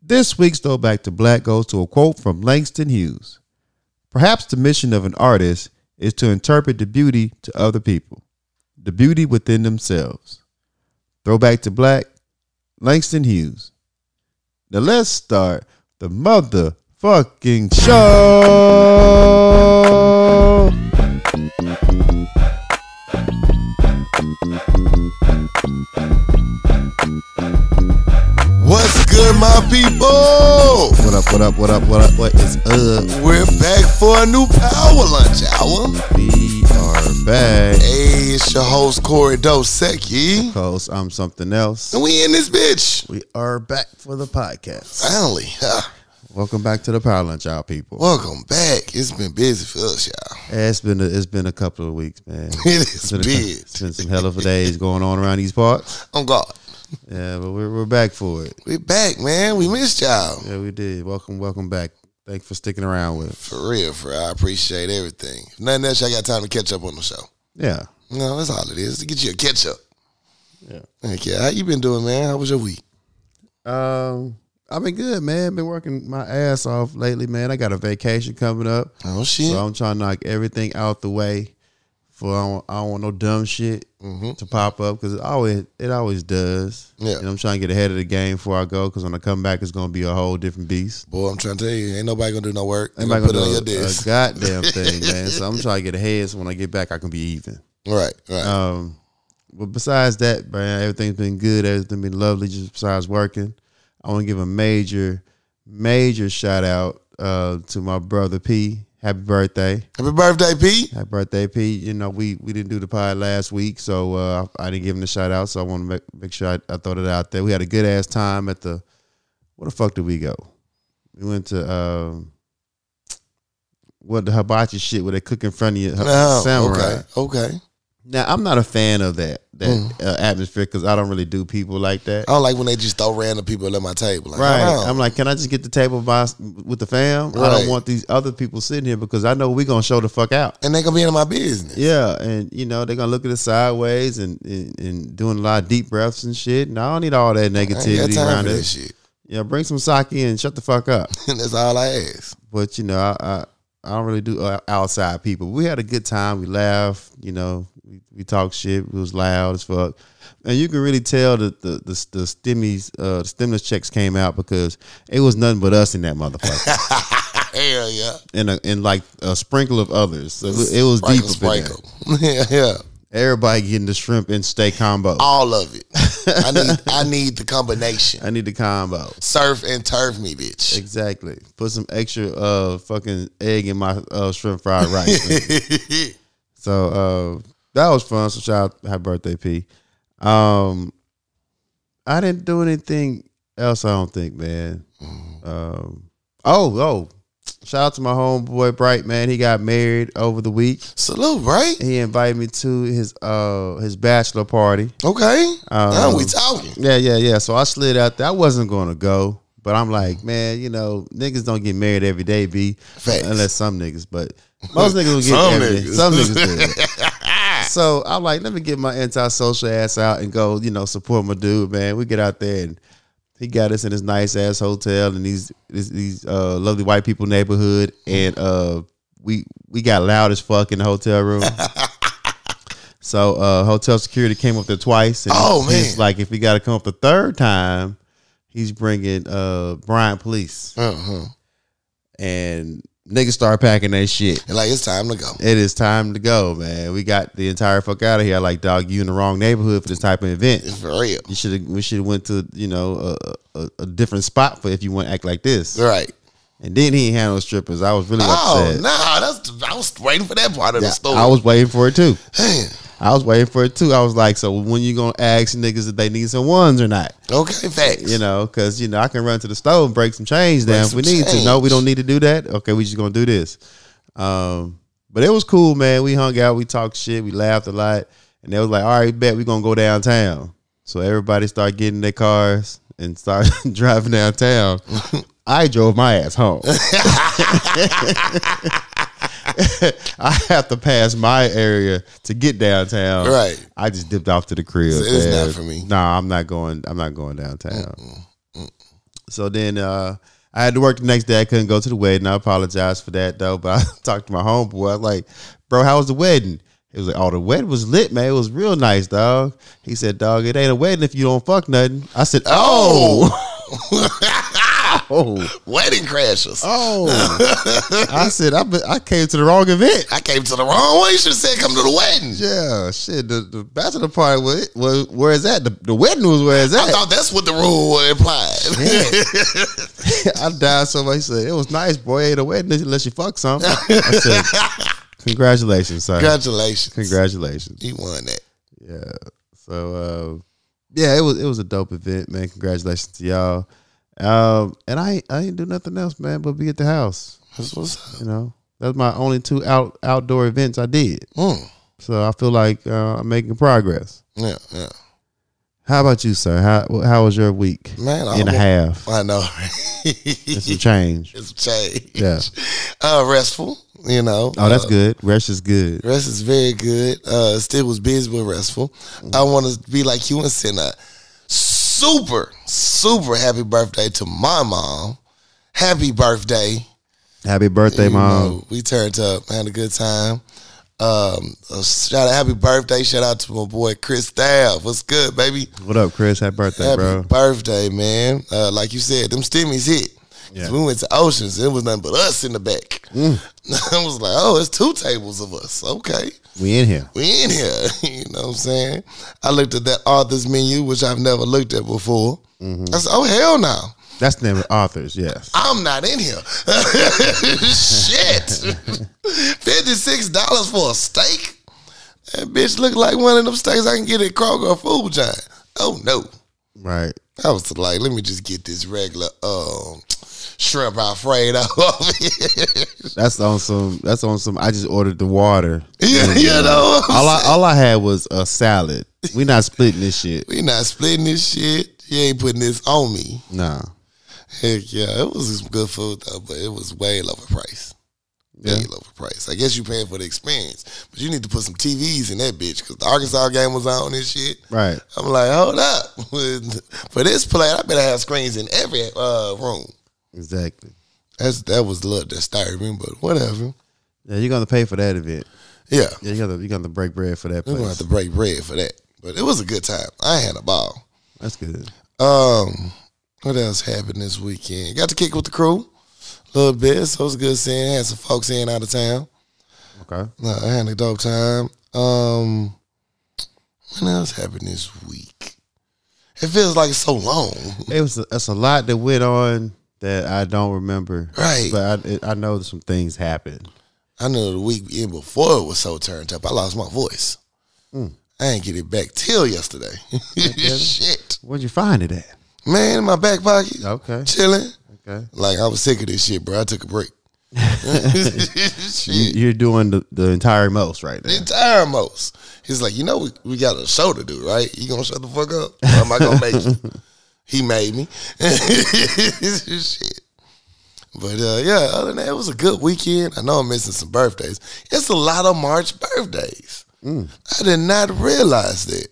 This week's Throwback to Black goes to a quote from Langston Hughes Perhaps the mission of an artist is to interpret the beauty to other people, the beauty within themselves. Throwback to Black, Langston Hughes. Now let's start the motherfucking show. What's good, my people? What up, what up, what up, what up, what is up? We're back for a new Power Lunch Hour. We are back. Hey, it's your host, Corey Dosecki. Cause I'm something else. And we in this bitch. We are back for the podcast. Finally. huh. Welcome back to the Power Lunch, y'all people. Welcome back. It's been busy for us, y'all. Yeah, it's been a, it's been a couple of weeks, man. It is been, a cou- big. it's been some hell of a days going on around these parts. On Oh, God. Yeah, but we're, we're back for it. We're back, man. We missed y'all. Yeah, we did. Welcome, welcome back. Thanks for sticking around with us. For real, for I appreciate everything. If nothing else, I got time to catch up on the show. Yeah, No, that's all it is to get you a catch up. yeah. Thank you. How you been doing, man? How was your week? Um, I've been good, man. Been working my ass off lately, man. I got a vacation coming up, Oh, shit. so I'm trying to knock everything out the way. For I don't, I don't want no dumb shit Mm-hmm. to pop up because it always it always does. Yeah. and I'm trying to get ahead of the game before I go because when I come back, it's gonna be a whole different beast. Boy, I'm trying to tell you, ain't nobody gonna do no work. Ain't I'm not nobody gonna put it on your do a, a desk. goddamn thing, man. So I'm trying to get ahead so when I get back, I can be even. Right, right. Um, but besides that, man, everything's been good. Everything's been lovely. Just besides working, I want to give a major, major shout out uh, to my brother P. Happy birthday, Happy birthday, Pete. happy birthday, P. You know we we didn't do the pod last week, so uh, I didn't give him the shout out. So I want to make, make sure I, I throw that out there. We had a good ass time at the. What the fuck did we go? We went to um, what the hibachi shit where they cook in front of you, No, samurai. Okay, okay. Now I'm not a fan of that that uh, atmosphere because I don't really do people like that. I don't like when they just throw random people at my table. Like, oh, Right. hold on. I'm like, can I just get the table by s- with the fam? I Right. don't want these other people sitting here because I know we're gonna show the fuck out. and they gonna be in my business. Yeah, and you know they're gonna look at it sideways and, and and doing a lot of deep breaths and shit. And I don't need all that I ain't negativity got time around for that it. shit. Yeah, bring some sake and shut the fuck up. That's all I ask. but you know, I, I I don't really do uh, outside people. We had a good time. We laughed. You know, we, we talked shit. It was loud as fuck, and you can really tell that the the the stimmies uh, the stimulus checks came out because it was nothing but us in that motherfucker, Hell yeah. and a, and like a sprinkle of others. So it, it was deep. up in there. Sprinkle, sprinkle. yeah, yeah. Everybody getting the shrimp and steak combo. All of it. I need I need the combination. I need the combo. Surf and turf me, bitch. Exactly. Put some extra uh fucking egg in my uh shrimp fried rice. man. So uh, that was fun. So shout out, happy birthday, P. Um, I didn't do anything else. I don't think, man. Mm-hmm. Um, oh, oh, shout out to my homeboy Bright, man. He got married over the week. Salute, right? He invited me to his uh his bachelor party. Okay. now Um, we talking. Yeah, yeah, yeah. So I slid out. There. I wasn't gonna go, but I'm like, man, you know, niggas don't get married every day, b. Facts. Unless some niggas, but most niggas will get Some every day. niggas. Some niggas do. so I'm like, let me get my antisocial ass out and go, you know, support my dude, man. We get out there and he got us in his nice ass hotel and these these, these uh, lovely white people neighborhood, and uh, we we got loud as fuck in the hotel room. so uh, hotel security came up there twice. And Oh, man. he's like, if we got to come up the third time, he's bringing uh Brian Police, Uh-huh. and niggas start packing that shit. And like it's time to go. It is time to go, man. We got the entire fuck out of here. Like, dog, you in the wrong neighborhood for this type of event. For real. You should have. We should have went to you know a, a, a different spot for if you want to act like this. Right. And then he handled strippers. I was really Oh, upset. no, that's I was waiting for that part of the story. I was waiting for it too. Damn. I was waiting for it too. I was like, so when you gonna ask niggas if they need some ones or not? Okay, facts. You know, because you know I can run to the store and break some change down if some we need to. No, change. we don't need to do that. Okay, we just gonna do this. Um, but it was cool, man. We hung out, we talked shit, we laughed a lot, and they was like, all right, bet we gonna go downtown. So everybody started getting their cars and start driving downtown. I drove my ass home. I have to pass my area to get downtown. Right. I just dipped off to the crib. It's not man. for me. Nah, I'm not going. I'm not going downtown. So then uh, I had to work the next day. I couldn't go to the wedding. I apologize for that though. But I talked to my homeboy. I was like, bro, how was the wedding? He was like, oh, the wedding was lit, man. It was real nice, dog. He said, dog, it ain't a wedding if you don't fuck nothing. I said, oh, oh, Wedding crashers. oh. I said, I, be- I came to the wrong event. I came to the wrong one. You should have said come to the wedding. Yeah, shit. The, the bachelor party was, was where is that? The, the wedding was where is that? I thought that's what the rule implied. I died so much. He said, It was nice, boy. Ain't a wedding unless you fuck something. I said, Congratulations, sir. Congratulations. Congratulations. He won that. Yeah. So uh yeah, it was it was a dope event, man. Congratulations to y'all. Um and I ain't- I ain't do nothing else, man, but be at the house. That's what's up. You know? That's my only two out outdoor events I did. Mm. So I feel like uh, I'm making progress. Yeah, yeah. How about you, sir? How wh- how was your week? Man, I and a almost- half. I know. It's some change. It's change. Yeah. Uh, restful, you know. Oh, that's Uh, good. Rest is good. Rest is very good. Uh, still was busy but restful. Mm. I want to be like you and send a super, super happy birthday to my mom. Happy birthday. Happy birthday, You mom. know, we turned up, had a good time. Um, a shout out, happy birthday! Shout out to my boy Chris Staff. What's good, baby? What up, Chris? Happy birthday, Happy bro. birthday, man! Uh, like you said, them stimmies hit. 'Cause Yeah. We went to Oceans. It was nothing but us in the back. I was like, oh, it's two tables of us. Okay We in here. we in here. you know what I'm saying? I looked at that author's menu, which I've never looked at before. I said, oh, hell no. That's the name of authors, yes. I'm not in here. Shit. $56 for a steak? That bitch looked like one of them steaks I can get at Kroger or Food Giant. Oh, no. Right. I was like, let me just get this regular um, shrimp Alfredo over here. That's on some that's on some I just ordered the water. you, you know what I'm All I all I had was a salad. We not splitting this shit. We not splitting this shit. You ain't putting this on me. Nah. Heck yeah, it was some good food though, but it was way low a price. Way Yeah. low a price. I guess you paying for the experience, but you need to put some TVs in that bitch because the Arkansas game was on and shit. Right. I'm like, hold up, for this play, I better have screens in every uh, room. Exactly. That's that was a little disturbing, but whatever. Yeah, you're gonna pay for that event. Yeah, Yeah, you gotta you're gonna break bread for that we're gonna have place. to break bread for that. But it was a good time. I had a ball. That's good. Um, what else happened this weekend? Got to kick with the crew a little bit, so it was good seeing. Had some folks in out of town. Okay. No, I had a dope time. Um, what else happened this week? It feels like it's so long, It was that's a lot that went on that I don't remember. right? But I it, I know some things happened. I know the week in before it was so turned up. I lost my voice. Mm. I ain't get it back till yesterday. Shit, Where'd you find it at? man, in my back pocket, Okay. chilling. Okay. Like I was sick of this shit, bro. I took a break. You, Shit. you're doing the, the entire most right now. The entire most. He's like, you know, we, we got a show to do, right? You gonna shut the fuck up? Or am I gonna make you? He made me. Shit. But uh, yeah, other than that, it was a good weekend. I know I'm missing some birthdays. It's a lot of March birthdays. Mm. I did not realize that.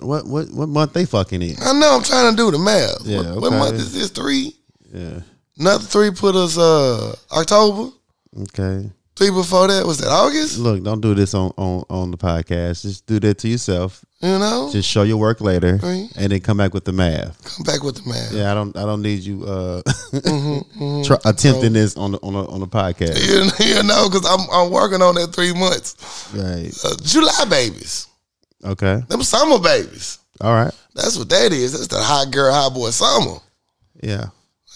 What what what month they fucking in? I know I'm trying to do the math. Yeah, what, what okay. month is this? Three? Yeah. Another three put us uh October. Okay. Three before that was that August. Look, don't do this on on on the podcast. Just do that to yourself. You know, Just show your work later, Right. and then come back with the math. come back with the math. Yeah, I don't I don't need you uh Mm-hmm, try, attempting this on the on a, on the podcast. You, you know, because I'm, I'm working on that three months. Right. Uh, July babies, Okay. them summer babies. All right. That's what that is. That's the hot girl, hot boy summer. Yeah.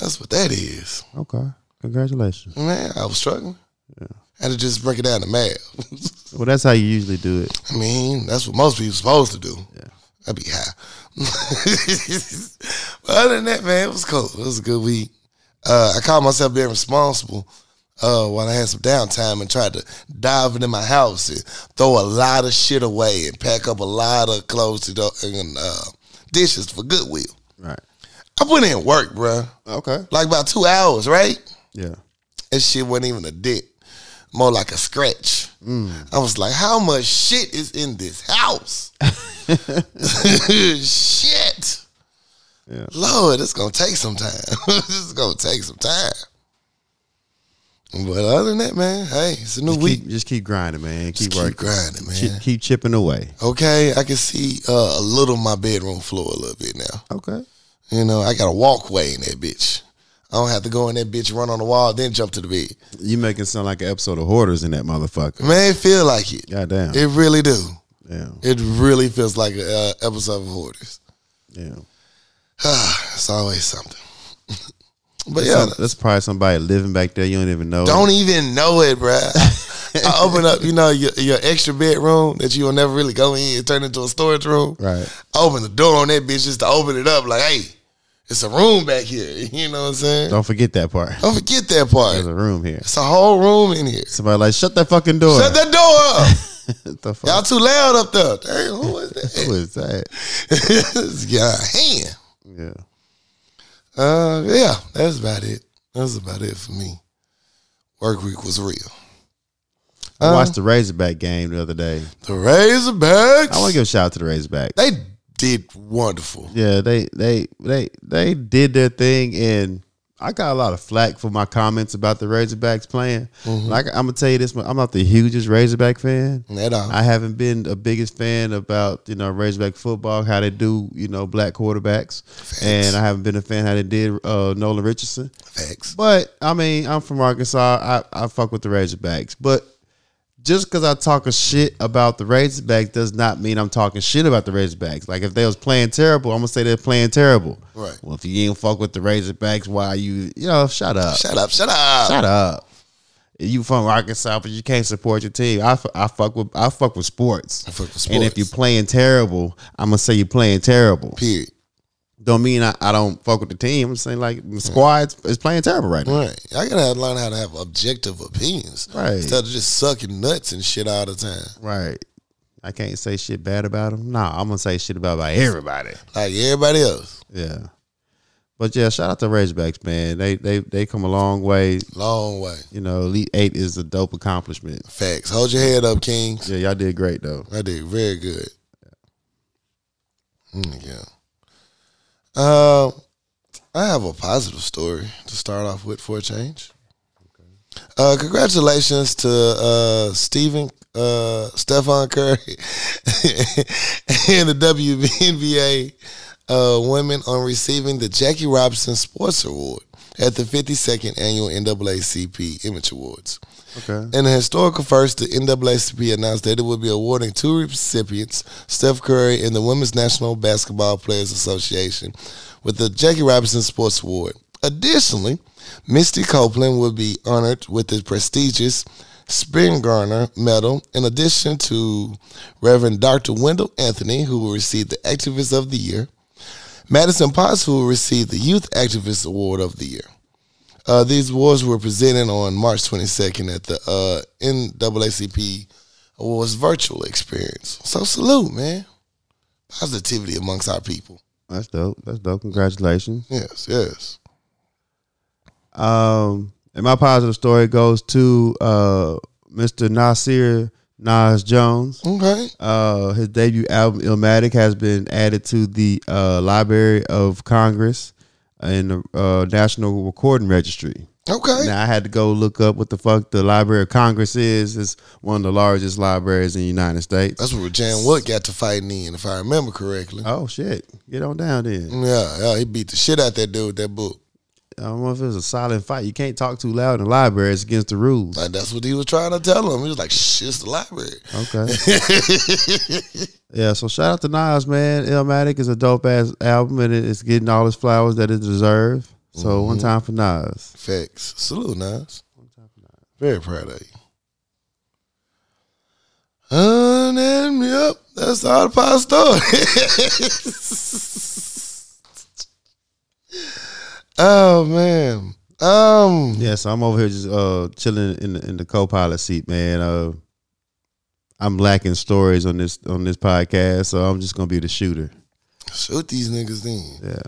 That's what that is. Okay. Congratulations. Man, I was struggling. I had to just break it down to math. Well, that's how you usually do it. I mean, that's what most people supposed to do. Yeah. I'd be high. but other than that, man, it was cool. It was a good week. Uh, I caught myself being responsible uh, while I had some downtime and tried to dive into my house and throw a lot of shit away and pack up a lot of clothes to do- and uh, dishes for Goodwill. Right. I put in work, bruh. Okay. Like about two hours, right? Yeah. That shit wasn't even a dent. More like a scratch. Mm. I was like, how much shit is in this house? shit. Yeah. Lord, it's gonna take some time. it's gonna take some time. But other than that, man, hey, it's a new Just week. keep, just keep grinding, man. Just Keep keep working. grinding, man. Chi- keep chipping away. Okay, I can see uh, a little of my bedroom floor a little bit now. Okay. You know, I got a walkway in that bitch. I don't have to go in that bitch, run on the wall, then jump to the bed. You making sound like an episode of Hoarders in that motherfucker. Man, it feel like it. Goddamn. Mm-hmm. It really do. Yeah. It really feels like an uh, episode of Hoarders. Yeah. it's always something. but yeah, Yeah. That's probably somebody living back there. You don't even know. Don't even know it, bruh. I open up, you know, your, your extra bedroom that you'll never really go in and turn into a storage room. Right. I open the door on that bitch just to open it up, like, hey, it's a room back here. You know what I'm saying? Don't forget that part. Don't forget that part. There's a room here. It's a whole room in here. Somebody like shut that fucking door. Shut that door up. What the fuck? Y'all too loud up there. Damn, who is Who is that? that? yeah, hand. Yeah. Uh, yeah, that's about it. That's about it for me. Work week was real. Uh, I watched the Razorback game the other day. The Razorbacks. I want to give a shout out to the Razorbacks. they did wonderful. Yeah, they they they they did their thing, and I got a lot of flack for my comments about the Razorbacks playing. Mm-hmm. Like I'm gonna tell you this, I'm not the hugest Razorback fan. At all. I haven't been a biggest fan about you know Razorback football, how they do you know black quarterbacks, and I haven't been a fan how they did uh, Nolan Richardson. Facts. But I mean, I'm from Arkansas. I, I fuck with the Razorbacks. But just because I talk a shit about the Razorbacks does not mean I'm talking shit about the Razorbacks. Like if they was playing terrible, I'm gonna say they're playing terrible. Right. Well, if you ain't fuck with the Razorbacks, why you you know shut up, Shut up, shut up. shut up. You from Arkansas, but you can't support your team. I, f- I fuck with I fuck with sports. I fuck with And if sports. you're playing terrible, I'm gonna say you're playing terrible. Period. Don't mean I, I don't fuck with the team. I'm saying like the squad is playing terrible right now. Right. I gotta have, learn how to have objective opinions. Right. Instead of just sucking nuts and shit all the time. Right. I can't say shit bad about him. Nah, I'm gonna say shit about, about everybody. Like everybody else. Yeah. But yeah, shout out to Razorbacks, man. They they they come a long way. Long way. You know, Elite Eight is a dope accomplishment. Facts. Hold your head up, Kings. Yeah, y'all did great though. I did very good. Mm, yeah. Um, I have a positive story to start off with for a change. Uh, congratulations to uh, Stephen uh, Stephon Curry and the WNBA uh, women on receiving the Jackie Robinson Sports Award at the 52nd annual NAACP Image Awards. Okay. In a historical first, the NAACP announced that it would be awarding two recipients, Steph Curry and the Women's National Basketball Players Association, with the Jackie Robinson Sports Award. Additionally, Misty Copeland will be honored with the prestigious Spingarner Medal, in addition to Reverend Dr. Wendell Anthony, who will receive the Activist of the Year, Madison Potts, who will receive the Youth Activist Award of the Year. Uh, these awards were presented on March 22nd at the uh, NAACP Awards virtual experience. So salute, man. Positivity amongst our people. That's dope. That's dope. Congratulations. Yes, yes. Um and my positive story goes to uh Mr. Nasir Nas Jones. Okay. Uh, his debut album Illmatic has been added to the uh, Library of Congress and the uh, National Recording Registry. Okay. Now I had to go look up what the fuck the Library of Congress is. It's one of the largest libraries in the United States. That's where Jan Wood got to fighting in, if I remember correctly. Oh shit! Get on down then. Yeah, yeah, he beat the shit out that dude with that book. I don't know if it's a silent fight. You can't talk too loud in the library. It's against the rules. Like that's what he was trying to tell him. He was like, "Shh, it's the library." Okay. yeah, so shout out to Nas, man. Illmatic is a dope ass album and it- it's getting all its flowers that it deserves. So one time for Nas. Facts. Salute, Nas. Very proud of you. Uh, and yep, that's all the pie story. oh man. Um Yeah, so I'm over here just uh chilling in the, in the co-pilot seat, man. Uh, I'm lacking stories on this on this podcast, so I'm just gonna be the shooter. shoot these niggas then. Yeah.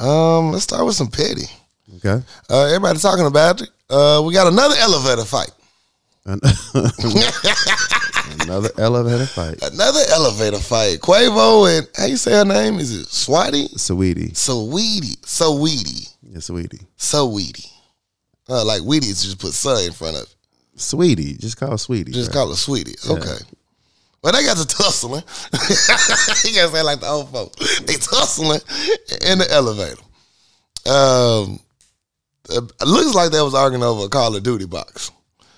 Um, let's start with some petty. Okay. Uh everybody talking about it. Uh we got another elevator fight. And- Another elevator fight. Another elevator fight. Quavo and how you say her name? Is it Swati? Sweetie. Saweetie. Saweetie. Yeah, sweetie. Saweetie. Uh, like Weetie is just put sun in front of it. Sweetie. Just call her sweetie. Just bruh. call it Sweetie. Okay. Well, they got to tussling. you gotta say like the old folks. They tussling in the elevator. Um, it looks like they was arguing over a Call of Duty box.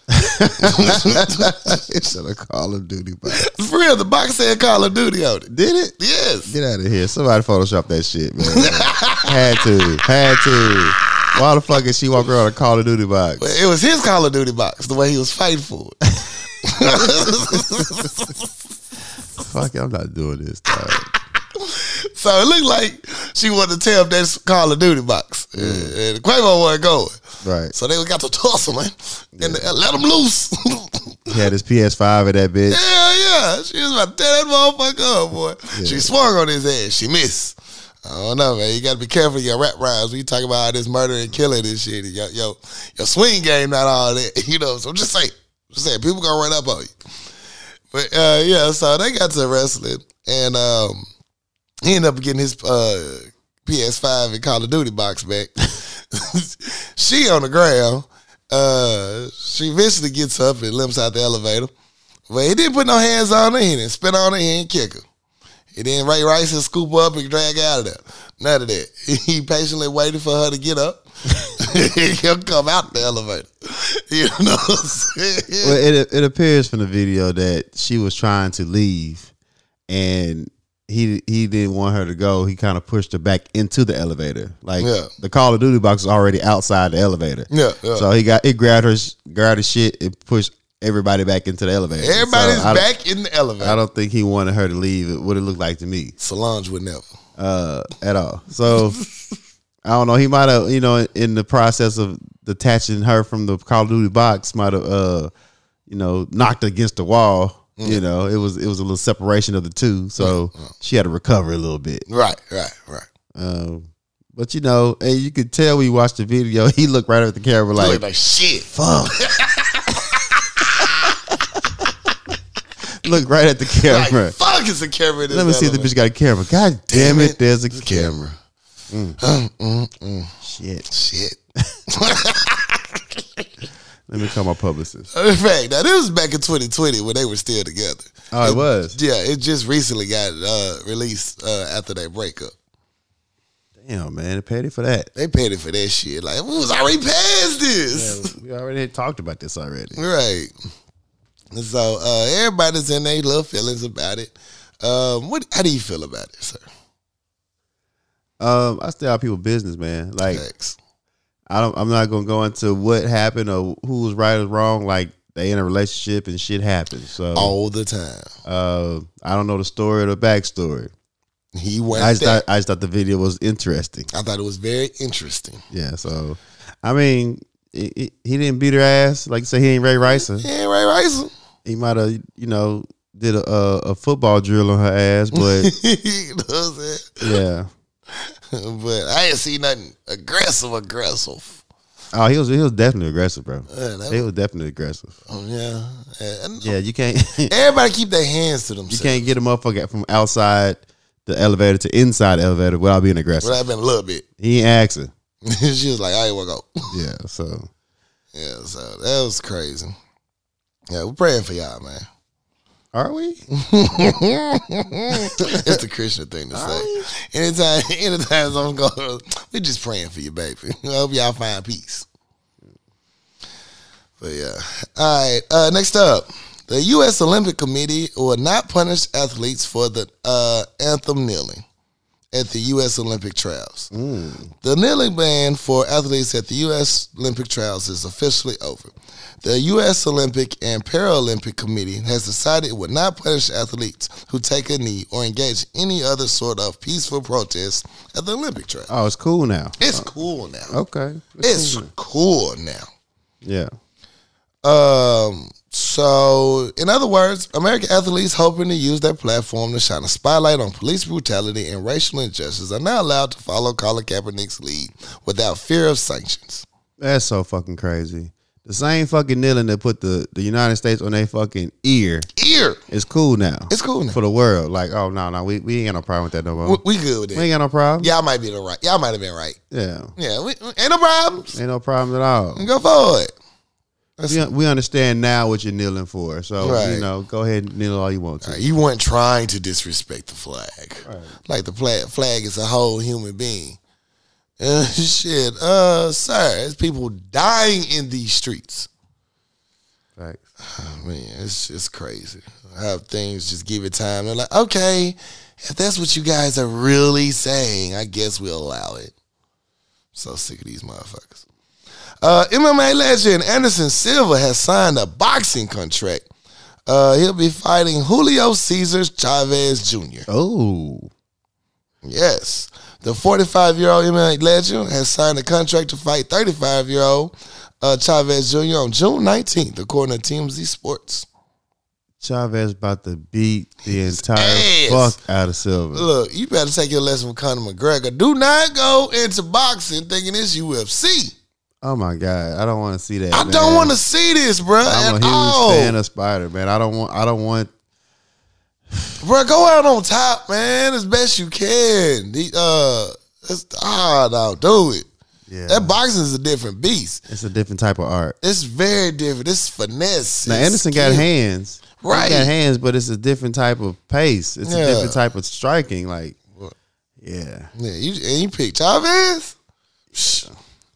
it's a Call of Duty box. For real, the box said Call of Duty on it. Did it? Yes. Get out of here. Somebody Photoshop that shit, man. had to. Had to. Why the fuck is she walking around a Call of Duty box? But it was his Call of Duty box, the way he was fighting for it. Fuck it, I'm not doing this. dog. So it looked like she wanted to tear up that Call of Duty box. And Quavo wasn't going. Right. So they got to tussling and they let him loose. He had his PS5 at that bitch. Hell yeah. She was about to tear that motherfucker up, boy. She swung on his ass. She missed. I don't know, man. You got to be careful of your rap rhymes. We talk about all this murder and killing and shit. Yo, yo, your swing game, not all that. You know, so just say, just say, people gonna run up on you. But uh, yeah, so they got to wrestling, and um, he ended up getting his uh, PS5 and Call of Duty box back. she on the ground. Uh, she eventually gets up and limps out the elevator. But he didn't put no hands on her. He didn't spit on her. He didn't kick her. He didn't Ray Rice and scoop her up and drag her out of there. None of that. He patiently waited for her to get up. He'll come out the elevator. You know what I'm saying? Well, it it appears from the video that she was trying to leave, and he he didn't want her to go. He kind of pushed her back into the elevator. Like Yeah. the Call of Duty box is already outside the elevator. Yeah, yeah. So he got he grabbed her grabbed her shit and pushed everybody back into the elevator. So Everybody's I don't- back in the elevator. I don't think he wanted her to leave. What it looked like to me Solange would never. uh, at all. So I don't know. He might have, you know, in the process of detaching her from the Call of Duty box, might have, uh, you know, knocked against the wall. You know, it was it was a little separation of the two, so she had to recover a little bit. Right, right, right. Um, but you know, and you could tell when you watched the video, he looked right at the camera Like, like, like shit. "Fuck." Look right at the Like camera. fuck is the camera. in Let me this see if the elevator? bitch got a camera. God damn, Damn it, it. there's a camera. Shit. Shit. Let me call my publicist. In fact, now this was back in 2020 when they were still together. Oh, it was. Yeah, it just recently got uh, released uh, after their breakup. Damn, man, they paid it for that. They paid it for that shit. Like we was already past this, We already had talked about this already. right? And So uh, everybody's in their little feelings about it. Um, what? How do you feel about it, sir? Um, I stay out of people business, man. Like Thanks. I don't, I'm not gonna go into what happened or who was right or wrong. Like they in a relationship and shit happens. So All the time. uh, I don't know the story or the backstory. He went. I just there. thought, I just thought the video was interesting. I thought it was very interesting. Yeah. So I mean, it, it- he didn't beat her ass. Like you say, he ain't Ray Rice. Yeah, Ray Rice. He might have, you know, did a, a, a football drill on her ass, but you know what I'm saying? yeah. but I ain't see nothing aggressive, aggressive. Oh, he was he was definitely aggressive, bro. Yeah, that He was definitely aggressive. was- yeah. And Yeah, you can't you Everybody keep their hands to themselves. can't get a motherfucker from outside the elevator to inside the elevator without being But aggressive. I've been a little bit. He ain't asking. she was like, "I ain't want to go." Yeah, so Yeah, so that was crazy. Yeah, we're praying for y'all, man. are we? it's the Christian thing Oh, to say. Anytime, anytime I'm going, we just praying for you, baby. I hope y'all find peace. But yeah, all right. Uh, next up, the U.S. Olympic Committee will not punish athletes for the uh, anthem kneeling at the U.S. Olympic trials. The kneeling ban for athletes at the U.S. Olympic trials is officially over. The U.S. Olympic and Paralympic Committee has decided it would not punish athletes who take a knee or engage any other sort of peaceful protest at the Olympic trials. Oh, it's cool now. It's cool uh, now. Okay. It's cool now. yeah. Um, so, in other words, American athletes hoping to use their platform to shine a spotlight on police brutality and racial injustice are now allowed to follow Colin Kaepernick's lead without fear of sanctions. That's so fucking crazy. The same fucking kneeling that put the, the United States on their fucking ear Ear. is cool now. It's cool now. for the world. Like, oh no, no, we, we ain't got no problem with that no more. We, we good with We that. ain't got no problem. Y'all might be the right. Y'all might have been right. Yeah. Yeah, we, ain't no problems. Ain't no problem at all. Go for it. We, we understand now what you're kneeling for. So, Right. you know, go ahead and kneel all you want to. All right, you weren't trying to disrespect the flag. Like the flag, flag is a whole human being. Uh, shit, uh, sir, there's people dying in these streets. Facts. Oh, man, it's it's crazy how things just give it time. They're like, okay, if that's what you guys are really saying, I guess we'll allow it. So sick of these motherfuckers. Uh, MMA legend Anderson Silva has signed a boxing contract. Uh, he'll be fighting Julio Cesar Chavez Jr. Oh. Yes. The 45 year old MMA legend has signed a contract to fight 35 year old uh, Chavez Jr. on June 19th, according to TMZ Sports. Chavez about to beat the entire ass. fuck out of Silver. Look, you better take your lesson from Conor McGregor. Do not go into boxing thinking it's UFC. Oh my god, I don't want to see that. I man. don't want to see this, bruh, I'm a at huge all. fan of Spider Man. I don't want. I don't want. Bruh, go out on top, man, as best you can. The, uh, it's, ah, no, do it. Yeah, That boxing is a different beast. it's a different type of art. It's very different. It's finesse. Now it's Anderson got skill. hands, He Right. got hands, but it's a different type of pace. It's Yeah. a different type of striking. Like, What? yeah, Yeah, you and you pick Chavez. Psh,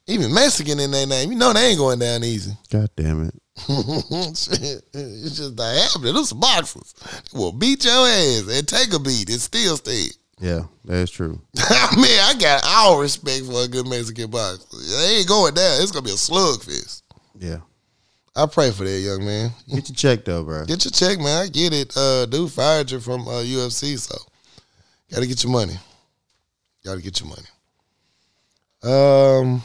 Even Mexican in their name, you know they ain't going down easy. god damn it. Shit, it's just not happening. Those boxers they will beat your ass and take a beat and still stay. Yeah, that is true. I mean, I got all respect for a good Mexican boxer. They ain't going down. It's gonna be a slugfest. Yeah, I pray for that young man. get your check though, bro. Get your check, man. I get it. Uh, dude fired you from uh, UFC, so gotta get your money. Gotta get your money. Um.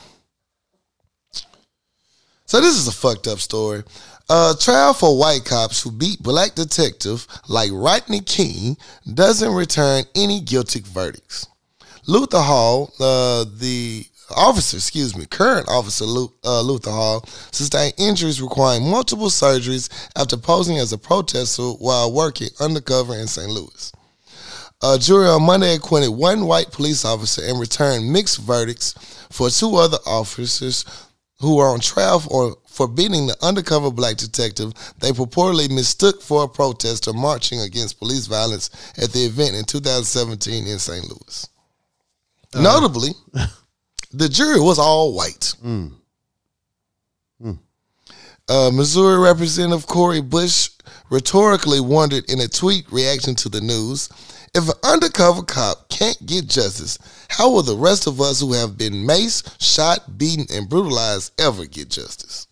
So this is a fucked up story. Uh, trial for white cops who beat black detective like Rodney King doesn't return any guilty verdicts. Luther Hall, uh, the officer, excuse me, current officer Lu- uh, Luther Hall, sustained injuries requiring multiple surgeries after posing as a protester while working undercover in St. Louis. A jury on Monday acquitted one white police officer and returned mixed verdicts for two other officers who were on trial for, for beating the undercover black detective they purportedly mistook for a protester marching against police violence at the event in 2017 in St. Louis. Notably, the jury was all white. Uh, Missouri Representative Corey Bush rhetorically wondered in a tweet reaction to the news if an undercover cop can't get justice, how will the rest of us who have been maced, shot, beaten, and brutalized ever get justice?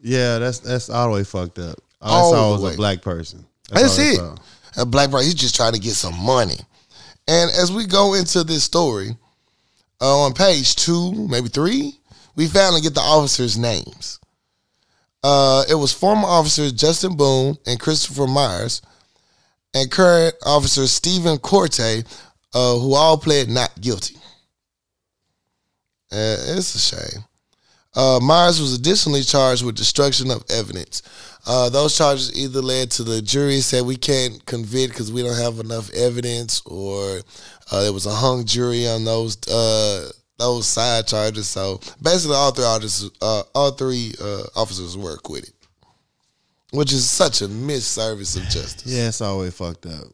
Yeah, that's that's always fucked up. All All I the saw was way. a black person. Oh, That's, all I it. saw. A black bro, he's just trying to get some money. And as we go into this story, uh, on page two, maybe three, we finally get the officers' names. Uh, it was former officers Justin Boone and Christopher Myers, and current officer Stephen Corte, uh, who all pled not guilty. Uh, it's a shame. Uh, Myers was additionally charged with destruction of evidence. Uh, those charges either led to the jury said we can't convict because we don't have enough evidence, or uh, there was a hung jury on those uh, those side charges. So basically, all three officers, uh, all three uh, officers were acquitted, which is such a misservice of justice. Yeah, it's always fucked up.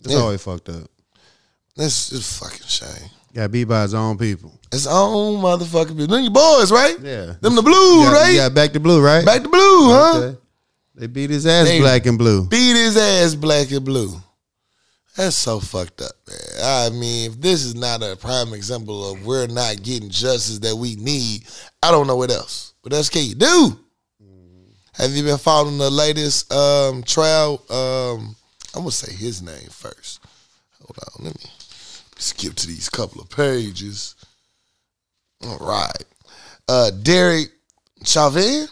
It's Yeah. always fucked up. This is fucking shame. Got beat by his own people. It's own motherfucking people. Them your boys, right? Yeah. Them the blue, Yeah, right? yeah, back to blue, right? Back to blue, huh? Okay. They beat his ass They- black and blue. beat his ass black and blue. That's so fucked up, man. I mean, if this is not a prime example of we're not getting justice that we need, I don't know what else. But that's can you do? Have you been following the latest um, trial? Um, I'm gonna say his name first. Hold on, let me skip to these couple of pages. All right, uh, Derek Chauvin.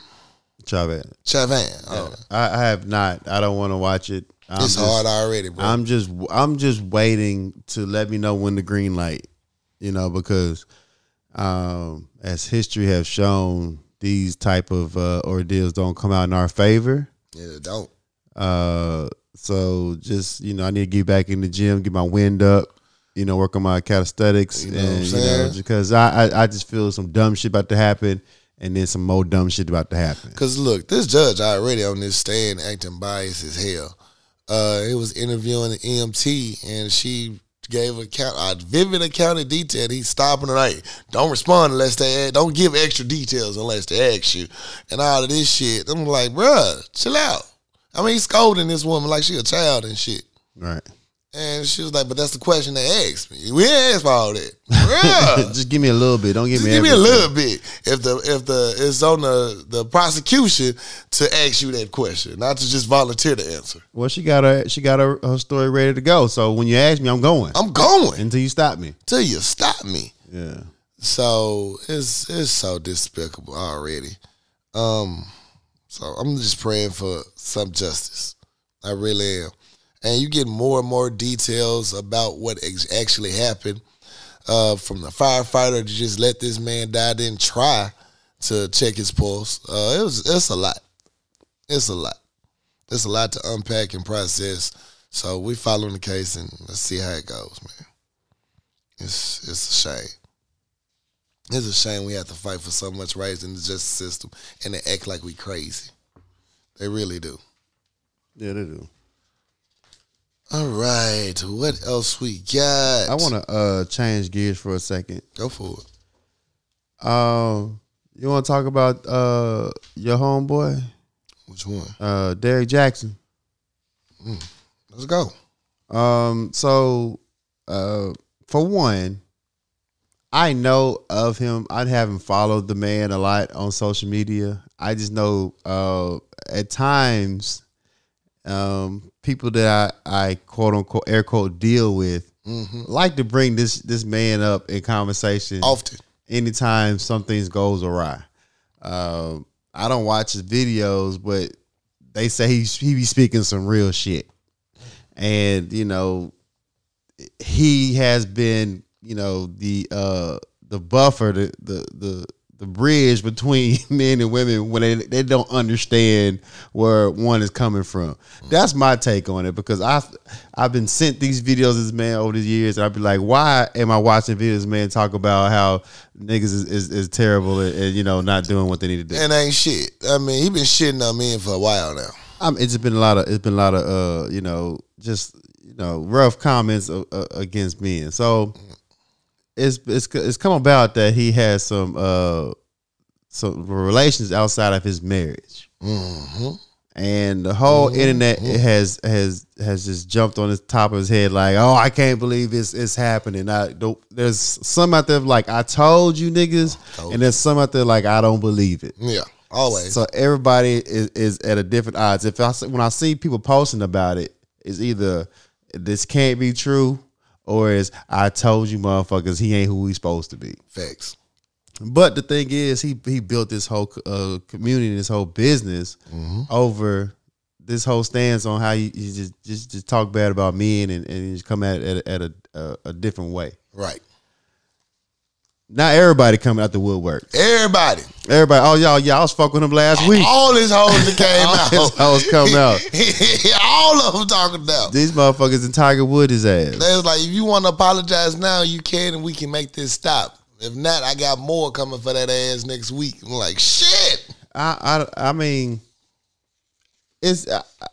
Chavez. Chauvin. Oh, I, I have not. I don't want to watch it. I'm it's just, hard already, bro. I'm just I'm just waiting to let me know when the green light, you know, because Um, as history have shown, these type of uh, ordeals don't come out in our favor. Yeah, they don't. Uh, so just you know, I need to get back in the gym, get my wind up, you know, work on my calisthenics, You know what I'm and you know, saying? because I, I I just feel some dumb shit about to happen, and then some more dumb shit about to happen. Cause look, this judge already on this stand acting biased as hell. Uh, it was interviewing the EMT, and she gave account a vivid account of detail. He's stopping her like, don't respond unless they ask, don't give extra details unless they ask you, and all of this shit. I'm like, bruh, chill out. I mean, he's scolding this woman like she a child and shit. Right? And she was like, but that's the question they asked me. We didn't ask for all that, bruh. just give me a little bit. Don't give me Uh, Just give me a everything. little bit. If the if the it's on the the prosecution to ask you that question, not to just volunteer the answer. Well, she got her she got her, her story ready to go. So when you ask me, I'm going I'm going until you stop me. till you stop me. Yeah. So it's it's so despicable already. Um, so I'm just praying for some justice. I really am. And you get more and more details about what ex- actually happened. Uh, from the firefighter to just let this man die, didn't try to check his pulse. Uh, it was it's a lot. It's a lot. It's a lot to unpack and process. So we following the case and let's see how it goes, man. It's it's a shame. It's a shame we have to fight for so much rights in the justice system and they act like we crazy. They really do. Yeah, they do. All right, what else we got? I want to uh, change gears for a second. go for it. Um, you want to talk about uh, your homeboy, Which one? uh, Derek Jackson? Let's go. Um, so uh, for one, I know of him. I haven't followed the man a lot on social media. I just know uh, at times, um, people that I, I quote unquote air quote deal with hmm like to bring this this man up in conversation Often. anytime something goes awry. Um, I don't watch his videos, but they say he he be speaking some real shit, and you know he has been you know the uh the buffer the the the the bridge between men and women when they, they don't understand where one is coming from. That's my take on it because I've I've been sent these videos of this man over the years and I'd be like, why am I watching videos of this man talk about how niggas is, is, is terrible and, and, you know not doing what they need to do? And ain't shit. I mean, he been shitting on men for a while now. Um, it's been a lot of it's been a lot of uh, you know, just you know, rough comments uh, uh, against men. So it's it's it's come about that he has some uh some relations outside of his marriage, hmm and the whole internet has has has just jumped on the top of his head like, oh, I can't believe it's it's happening. I don't. There's some out there like I told you niggas, Told and there's some out there like I don't believe it. Yeah, always. So everybody is, is at a different odds. If I see- when I see people posting about it, it's either this can't be true, or it's I told you, motherfuckers, he ain't who he's supposed to be. Facts. But the thing is, he he built this whole uh, community, this whole business over this whole stance on how you, you just, just just talk bad about men and and you just come at it at, a, at a, a a different way. Right. Not everybody coming out the woodwork. Everybody. Everybody, oh y'all, yeah, I was fucking him last week. All his hoes that came All out. his hoes come out. All of them talking about. These motherfuckers in Tiger Wood his ass. They was like, if you want to apologize now, you can, and we can make this stop. If not, I got more coming for that ass next week. I'm like, shit. I I I mean, it's I, I-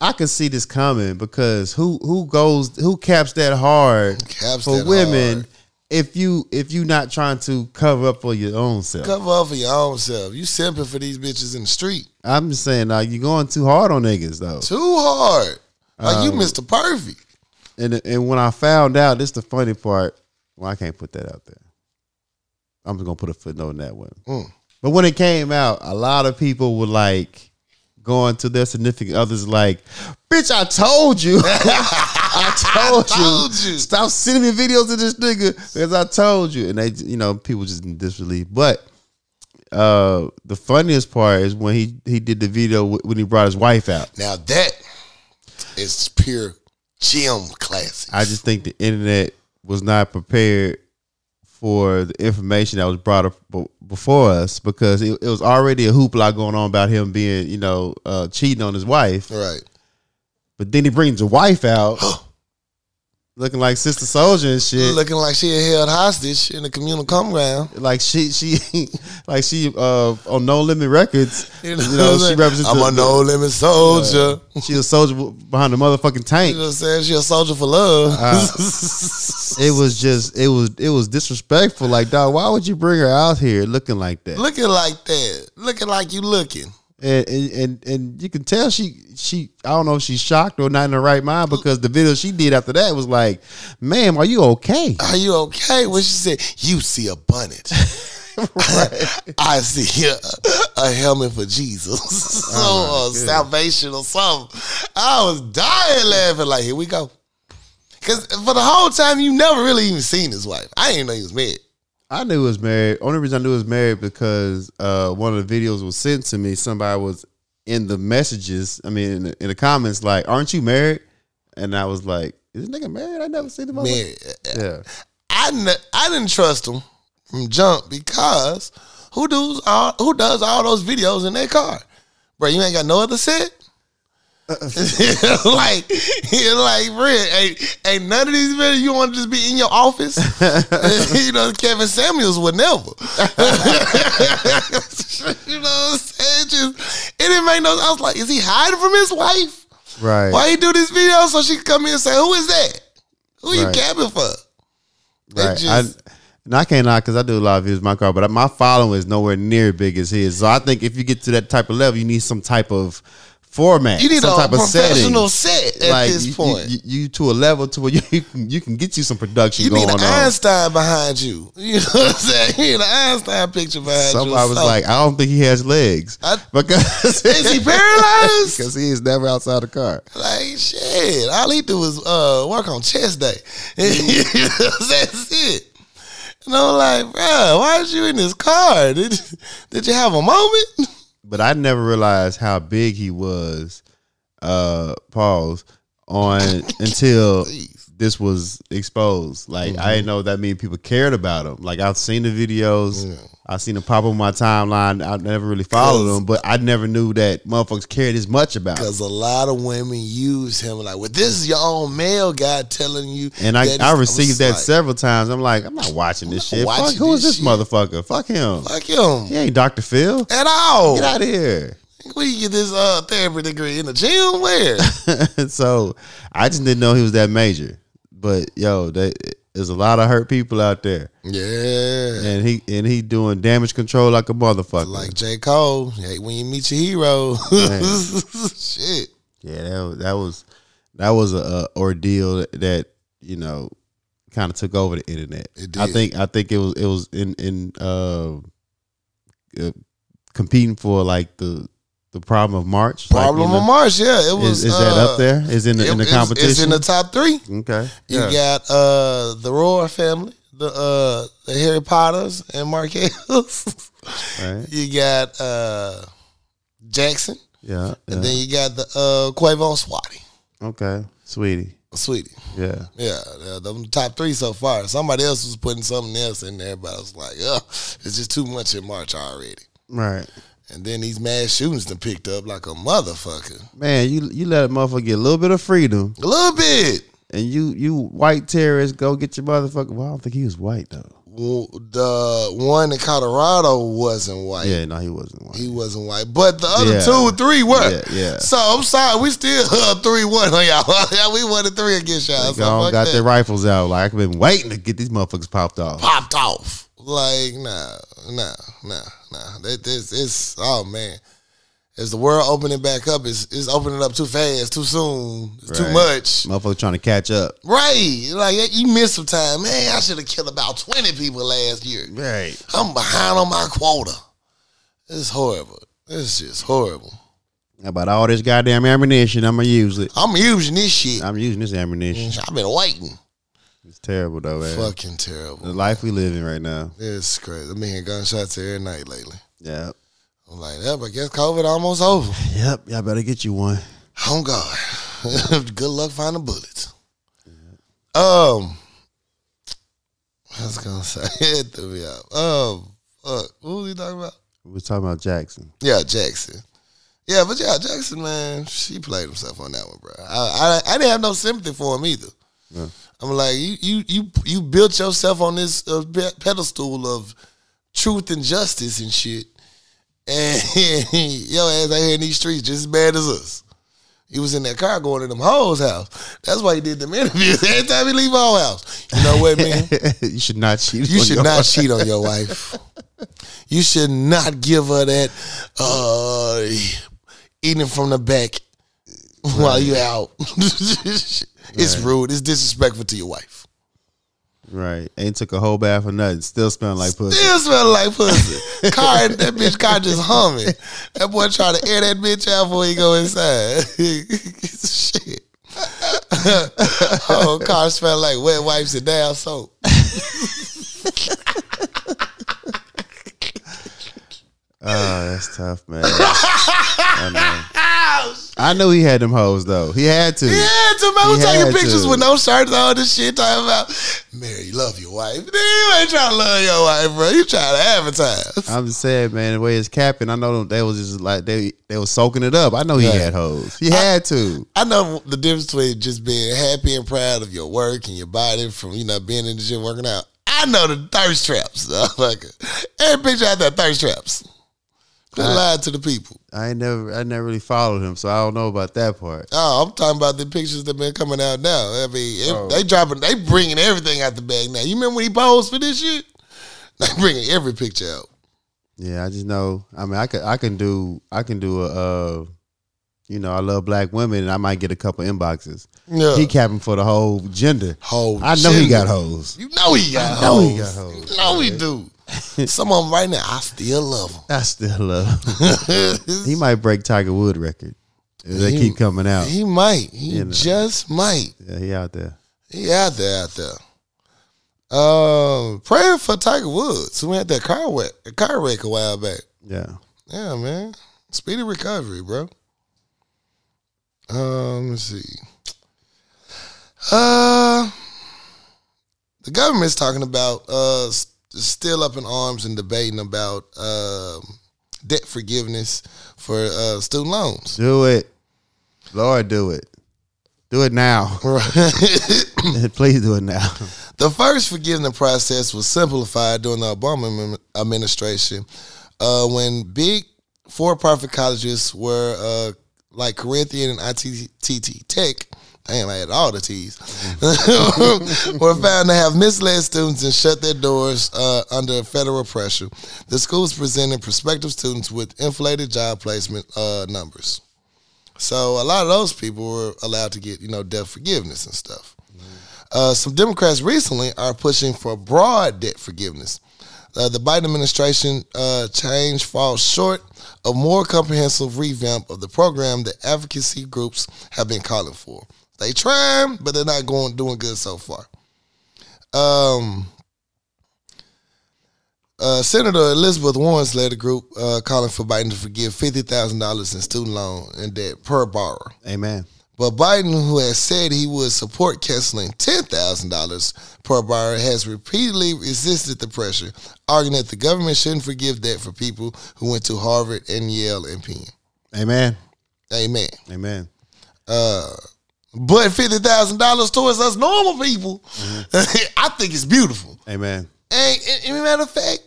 I can see this coming because who who goes who caps that hard Caps for that women hard. if you if you not trying to cover up for your own self. Cover up for your own self. You simping for these bitches in the street I'm just saying, like you going too hard on niggas though. too hard. Like you, Um, Mr. Perfect. And and when I found out, this the funny part. Well, I can't put that out there. I'm just gonna put a footnote in that one. Mm. But when it came out, a lot of people were like going to their significant others, like, "Bitch, I told you, I told, Told you, you. stop sending me videos of this nigga because I told you." And they, you know, people just in disbelief. But uh, the funniest part is when he he did the video wh- when he brought his wife out. Now that is pure gym classic. I just think the internet was not prepared for the information that was brought up b- before us because it, it was already a hoopla going on about him being, you know, uh, cheating on his wife. Right. But then he brings the wife out looking like Sister Soldier and shit. Looking like she had held hostage in the communal come round. like she, she, like she, uh, on No Limit Records, you know, she represents. I'm the- a no limit soldier. She a soldier behind the motherfucking You know tank. what I'm saying? She a soldier for love. It was just, it was, it was disrespectful. Like, dog, why would you bring her out here looking like that? looking like that. Looking like you looking. and and and, and you can tell she she I don't know if she's shocked or not in her right mind because the video she did after that was like, "Ma'am, are you okay?" Are you okay? When she said, you see a bonnet. I see a, a helmet for Jesus or salvation or something. I was dying laughing. Like, here we go. Because for the whole time, you never really even seen his wife. I didn't even know he was married. I knew it was married. Only reason I knew it was married because uh, one of the videos was sent to me. Somebody was in the messages. I mean, in the, in the comments, like, "Aren't you married?" And I was like, "Is this nigga married? I never seen him." Married. Yeah, I, kn- I didn't trust him from jump because who does all who does all those videos in their car, bro? You ain't got no other set. like, like, real, ain't, ain't none of these videos. You want to just be in your office? you know, Kevin Samuels would never. you know, what I'm saying? Just, it didn't make no. I was like, is he hiding from his wife? right. Why he do this video so she can come in and say, who is that? Who you Right. capping for? They Right. just- I, and I can't lie because I do a lot of views in my car, but my following is nowhere near big as his. So I think if you get to that type of level, you need some type of format, You need some a type of setting. professional set at like this you, point. you, you to a level to where you, you can you can get you some production you going need an on. Einstein behind you. You know what I'm saying? You need an Einstein picture behind you. Somebody was So- like, I don't think he has legs I- because is he paralyzed? because he is never outside the car. like, shit. All he do is uh, work on chest day. That's it. And I'm like, bro, why is you in this car? Did, did you have a moment? But I never realized how big he was. Uh, pause on until Jeez. this was exposed. Like I didn't know that many people cared about him. Like I've seen the videos, I've seen them pop up on my timeline. I never really followed him, but I never knew that motherfuckers cared as much about. him. Because a lot of women use him like, well, this is your own male guy telling you. And I, that I it's- received that was several times. I'm like, I'm not watching this I'm shit. not Fuck, watching who is this this shit. motherfucker? Fuck him. like, Fuck him. He ain't Dr. Phil. At all. Get out of here. Where you get this uh therapy degree in the gym? Where? so I just didn't know he was that major. But yo, they, there's a lot of hurt people out there, yeah. and he and he doing damage control like a motherfucker. Like J. Cole, hey, when you meet your hero. Shit. Yeah, that was that was that was a, a ordeal that you know kind of took over the internet. It I did. think I think it was it was in in uh, uh competing for like the the problem of March. like, you Problem know, of March, yeah. It was is, is that uh, up there? Is in the, it- in the it's- competition? It's in the top three. okay. You Yeah. got uh the Roar family, the uh the Harry Potters and Mark Hills. Right. you got uh Jackson, Yeah. and yeah. then you got the uh Quavo and Swati. okay, sweetie. Sweetie. Yeah. Yeah, yeah, them the top three so far. Somebody else was putting something else in there, but I was like, oh, it's just too much in March already. Right. And then these mass shootings done picked up like a motherfucker. Man, you you let a motherfucker get a little bit of freedom, A little bit. and you you white terrorists go get your motherfucker. Well, I don't think he was white though. W- The one in Colorado wasn't white. Yeah, no, he wasn't white. He wasn't white, but the other Yeah. two, three were. Yeah, yeah. So I'm sorry, we still three one on y'all. yeah, we won the three against y'all. So Gone, fuck got that. their rifles out. Like I've been waiting to get these motherfuckers popped off. popped off. Like, nah, nah, nah, nah. That this it's oh man. As the world opening back up, it's it's opening up too fast, too soon, it's too Right. much. Motherfuckers trying to catch up. Right. Like you miss some time. Man, I should have killed about twenty people last year. Right. I'm behind on my quota. It's horrible. It's just horrible. About all this goddamn ammunition, I'm gonna use it. I'm using this shit. I'm using this ammunition. I've been waiting. It's terrible though, man. Fucking terrible. The life we live in right now. It's crazy. I've been hearing gunshots every night lately. Yep. I'm like, yeah, but I guess COVID almost over. Yep. Y'all better get you one. Oh God. Good luck finding bullets. Um I was gonna say it threw me off. Um, fuck, what was he talking about? We was talking about Jackson. Yeah, Jackson. Yeah, but yeah, Jackson, man, she played himself on that one, bro. I I, I didn't have no sympathy for him either. Yeah. I'm like, you you you you built yourself on this uh, pe- pedestal of truth and justice and shit, and your ass out here in these streets just as bad as us. He was in that car going to them hoes' house. That's why he did them interviews every time he leave our house. You know what, man? you should not cheat. You on should your- not cheat on your wife. You should not give her that uh, eating from the back while you out. it's rude. It's disrespectful to your wife. Right. Ain't took a whole bath or nothing. Still smelling like pussy. Still smell like pussy. Car, that bitch car just humming. That boy trying to air that bitch out before he go inside. Shit. oh, car smell like wet wipes and down soap. Oh, that's tough, man. I know. I know he had them hoes though. He had to. Yeah, Jamal was He taking had pictures to. with no shirts on and shit, talking about, Mary, you love your wife. Nigga, you ain't trying to love your wife, bro. You trying to advertise. I'm just saying, man, the way it's capping, I know they was just like they they was soaking it up. I know he Right. had hoes. He had to. I know the difference between just being happy and proud of your work and your body from, you know, being in the gym working out. I know the thirst traps, though. Like, every picture out there, thirst traps. They I- lied to the people. I ain't never I never really followed him, so I don't know about that part. Oh, I'm talking about the pictures that been coming out now. I mean, if- Oh. they dropping, they bringing everything out the bag now. You remember when he posed for this shit? They bringing every picture out. Yeah, I just know. I mean, I could I can do I can do a. Uh, you know, I love black women, and I might get a couple inboxes. Yeah. He capping for the whole gender. hoes. I know he Gender. got hoes. You know he got I know hoes. he got hoes. You know he do. Some of them right now, I still love them. I still love. him. he might break Tiger Wood record. If they He- keep coming out. he might. He You know. just might. yeah, he out there. He out there, out there. Um, praying for Tiger Woods, who had that car wreck, car wreck a while back. Yeah. Yeah, man. Speedy recovery, bro. Um, let's see. Uh, the government's talking about uh s- still up in arms and debating about um debt forgiveness for uh student loans. Do it. Lord, do it. Do it now. the Please do it now. first forgiveness process was simplified during the Obama admin- administration uh, when big for-profit colleges were uh, like Corinthian and ITT Tech. Damn, I had all the T's. were found to have misled students and shut their doors uh, under federal pressure. The schools presented prospective students with inflated job placement uh, numbers. So a lot of those people were allowed to get, you know, debt forgiveness and stuff. Uh, some Democrats recently are pushing for broad debt forgiveness. Uh, the Biden administration uh, change falls short of more comprehensive revamp of the program that advocacy groups have been calling for. They trying, but they're not going doing good so far. Um, uh, Senator Elizabeth Warren's led a group uh, calling for Biden to forgive fifty thousand dollars in student loan and debt per borrower. Amen. But Biden, who has said he would support canceling $10,000 per borrower, has repeatedly resisted the pressure, arguing that the government shouldn't forgive debt for people who went to Harvard and Yale and Penn. Amen. Amen. Amen. But $50,000 towards us normal people, I think it's beautiful. Amen. And, and, and matter of fact,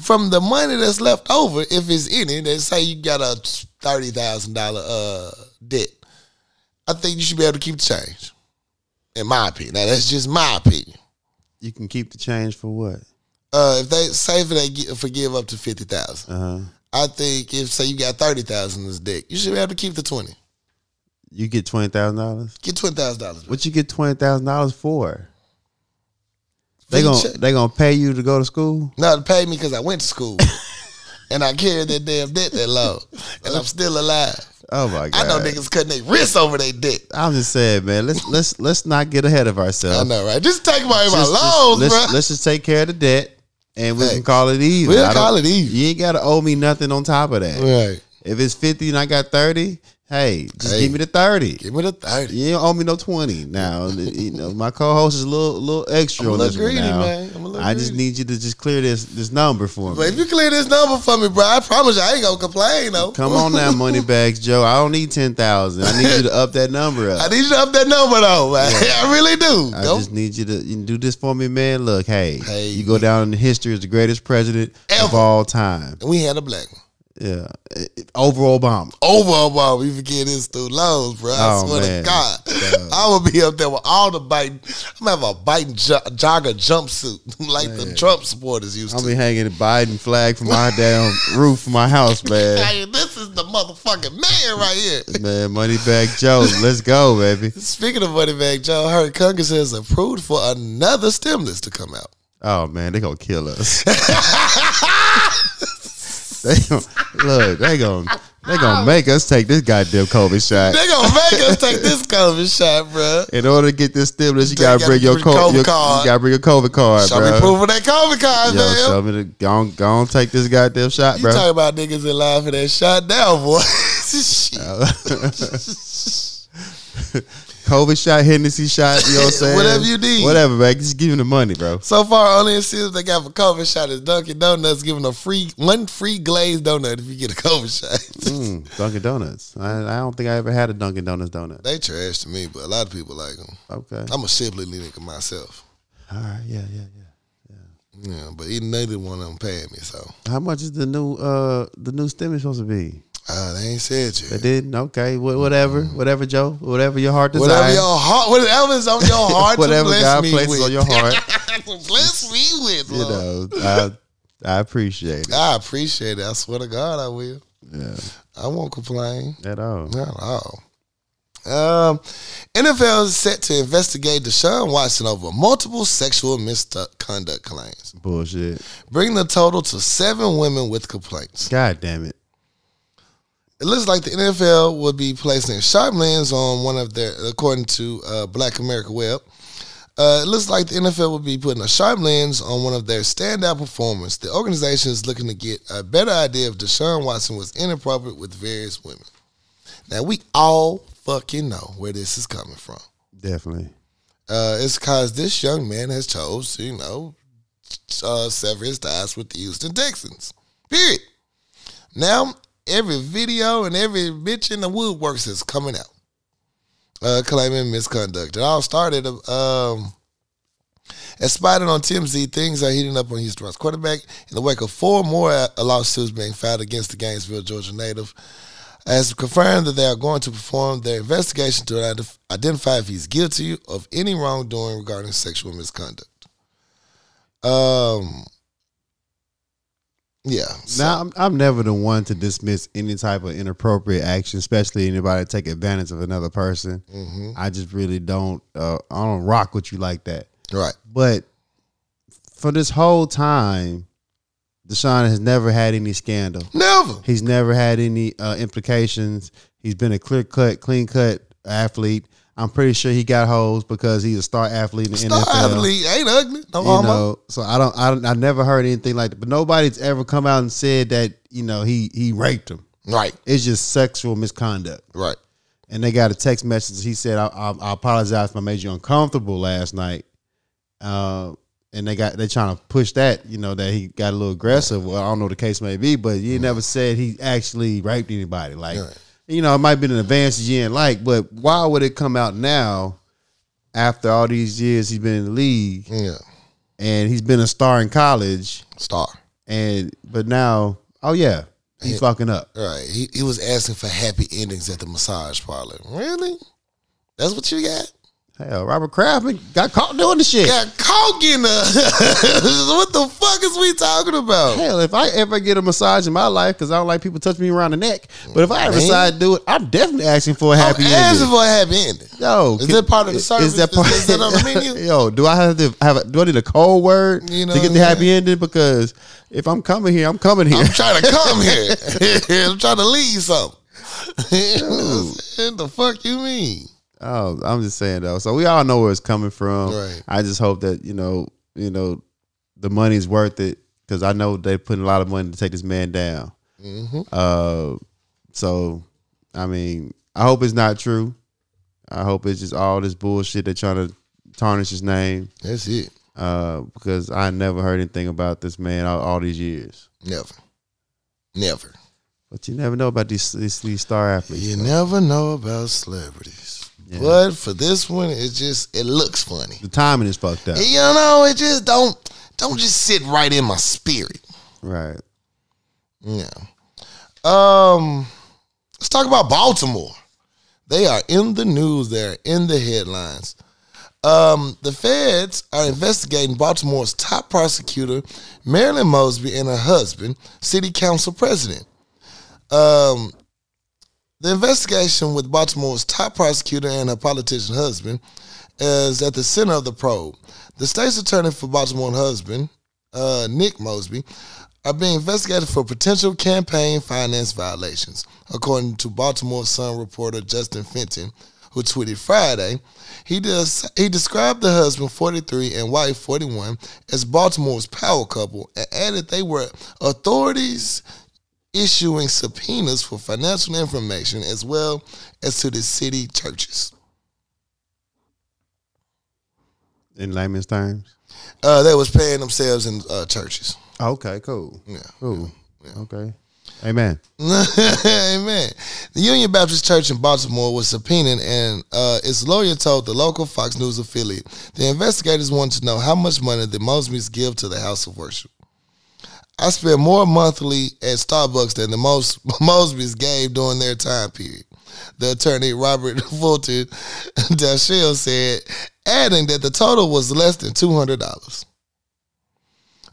from the money that's left over, if it's any, they say you got a $30,000 uh, debt. I think you should be able to keep the change. In my opinion. Now, that's just my opinion. You can keep the change for what? Uh, if they say if they get, forgive up to 50000 Uh huh. I think if, say, you got 30000 as debt, you should be able to keep the 20 You get twenty thousand dollars. Get $20,000. What you get twenty thousand dollars for? For They your gonna check. they gonna pay you to go to school? No, they paid me because I went to school. and I carried that damn debt that long. And I'm still alive. Oh my god! I know niggas cutting their wrists over their debt. I'm just saying, man. Let's let's let's not get ahead of I ourselves. know, right? Just take my, my Just- just- loans, let's, bro. let's just take care of the debt, and we can Facts. call it even. We'll I don't- call it even. You ain't gotta owe me nothing on top of that. Right. If it's fifty and I got thirty, Hey, just Hey. give me the thirty. Give me the 30. You don't owe me no twenty now. you know, my co-host is a little, little extra I'm a on little this greedy, one now. man. I'm a little I just greedy. need you to just clear this this number for But if me. you clear this number for me, bro, I promise you I ain't gonna complain though. Come on now, money bags, Joe. I don't need ten thousand. I need you to up that number I up. need you to up that number though, man. I really do. I Go- just need you to you can do this for me, man. Look, hey, Hey. you go down in history as the greatest president of Ever. all time. and we had a black one. Yeah, over Obama. Over a while, we forget his student loans, bro. I Oh, swear man. to God, I'm gonna be up there with all the biting. I'm gonna have a biting jo- jogger jumpsuit like the Trump supporters used I'll to. be hanging the Biden flag from my damn roof of my house, man. Hey, this is the motherfucking man right here. Man, Moneybag Joe, let's go, baby. Speaking of money back, Joe, I heard Congress has approved for another stimulus to come out. Oh man, they gonna kill us. they gonna, look, they gonna they gonna make us take this goddamn COVID shot. They gonna make us take this COVID shot, bro. In order to get this stimulus, you They gotta gotta bring your, bring co- COVID your- card. You gotta bring your COVID card, Show bro. me proof of that COVID card, Yo, man. show me the go on, go on take this goddamn shot, You bro. talking about niggas in line for that shot now, boy. Shit. COVID shot, Hennessy shot, you know what I'm saying? Whatever you need. Whatever, man. Just give me the money, bro. So far, only incentives they got for COVID shot is Dunkin' Donuts giving a free one free glazed donut if you get a COVID shot. Mm, Dunkin' Donuts. I, I don't think I ever had a Dunkin' Donuts donut. they trash to me, but a lot of people like them. Okay. I'm a sibling nigga myself. All right. Yeah, yeah, yeah. Yeah, but even they didn't want them paying me, so How much is the new uh the new stimulus supposed to be? uh, they ain't said They you. didn't. Okay. Wha- Whatever. Whatever, Joe. Whatever your heart desires. Whatever your heart, whatever is on your heart, Whatever whatever bless God me places with. on your heart. to bless me with, you Lord. know, I, I appreciate it. I appreciate it. I swear to God, I will. Yeah. I won't complain. At all. Not at all. Um, NFL is set to investigate Deshaun Watson over multiple sexual misconduct claims, Bullshit. bringing the total to seven women with complaints. God damn it. It looks like the NFL will be placing sharp lens on one of their, according to uh, Black America Web. Uh, it looks like the NFL will be putting a sharp lens on one of their standout performers. The organization is looking to get a better idea if Deshaun Watson was inappropriate with various women. Now we all fucking know where this is coming from. Definitely. Uh, it's because this young man has chose to, you know, uh, sever his ties with the Houston Texans. Period. Now, every video and every bitch in the woodworks is coming out uh, claiming misconduct. It all started, um, as spotted on TMZ, things are heating up on Houston Rockets quarterback in the wake of four more uh, lawsuits being filed against the Gainesville, Georgia native has confirmed that they are going to perform their investigation to ident- identify if he's guilty of any wrongdoing regarding sexual misconduct. Um, yeah. so- Now I'm, I'm never the one to dismiss any type of inappropriate action, especially anybody that take advantage of another person. Mhm. I just really don't. Uh, I don't rock with you like that. right. But for this whole time, Deshaun has never had any scandal. Never. He's never had any uh, implications. He's been a clear cut, clean cut athlete. I'm pretty sure he got hoes because he's a star athlete in the Star NFL. athlete ain't ugly. No You homo. know, so I don't, I don't, I never heard anything like that. But nobody's ever come out and said that you know he he raped him. Right. It's just sexual misconduct. Right. And they got a text message. He said, "I, I, I apologize if I made you uncomfortable last night." Uh, and they got they trying to push that you know that he got a little aggressive. Well, I don't know what the case may be, but you never said he actually raped anybody. Like Right. you know, it might be an advance you didn't like, but why would it come out now? After all these years he's been in the league, Yeah. and he's been a star in college Star. and but now oh yeah he's fucking up Right. He, he was asking for happy endings at the massage parlor. Really? That's what you got? hell robert kraft got caught doing the shit Got coke in the. what the fuck is we talking about? hell if i ever get a massage in my life because i don't like people touching me around the neck but if i ever Man. decide to do it i'm definitely asking for a happy I'm asking ending for a happy ending. yo Is can- that part of the service? is that part Is that on the menu? yo do i have to have a, do i need a cold word You know to get what the I'm happy ending because if i'm coming here i'm coming here I'm trying to come here. I'm trying to leave something. what the fuck you mean? Oh, I'm just saying though. So we all know where it's coming from. Right. I just hope that you know, you know, the money's worth it because I know they're putting a Mm-hmm. lot of money to take this man down. Uh, so I mean, I hope it's not true. I hope it's just all this bullshit they're trying to tarnish his name. That's it. Uh, because I never heard anything about this man all, all these years. Never. Never. But you never know about these these, these star athletes. You never know about celebrities. But for this one, it just it looks funny. The timing is fucked up. You know, it just don't don't just sit right in my spirit. Right. Yeah. Um, let's talk about Baltimore. They are in the news. They're in the headlines. Um, the feds are investigating Baltimore's top prosecutor, Marilyn Mosby, and her husband, city council president. Um, the investigation with Baltimore's top prosecutor and her politician husband is at the center of the probe. The state's attorney for Baltimore and husband, uh, Nick Mosby, are being investigated for potential campaign finance violations, according to Baltimore Sun reporter Justin Fenton, who tweeted Friday. He des- he described the husband, 43, and wife, 41, as Baltimore's power couple, and added they were authorities issuing subpoenas for financial information as well as to the city churches. In layman's terms. Uh, they was paying themselves in uh, churches. Okay. Cool. Yeah. Cool. Okay. Amen. Amen. The Union Baptist Church in Baltimore was subpoenaed, and uh, its lawyer told the local Fox News affiliate the investigators wanted to know how much money the Mosbys give to the house of worship. I spent more monthly at Starbucks than the most Mosbys gave during their time period. The attorney Robert Fulton Dashiell said, adding that the total was less than two hundred dollars.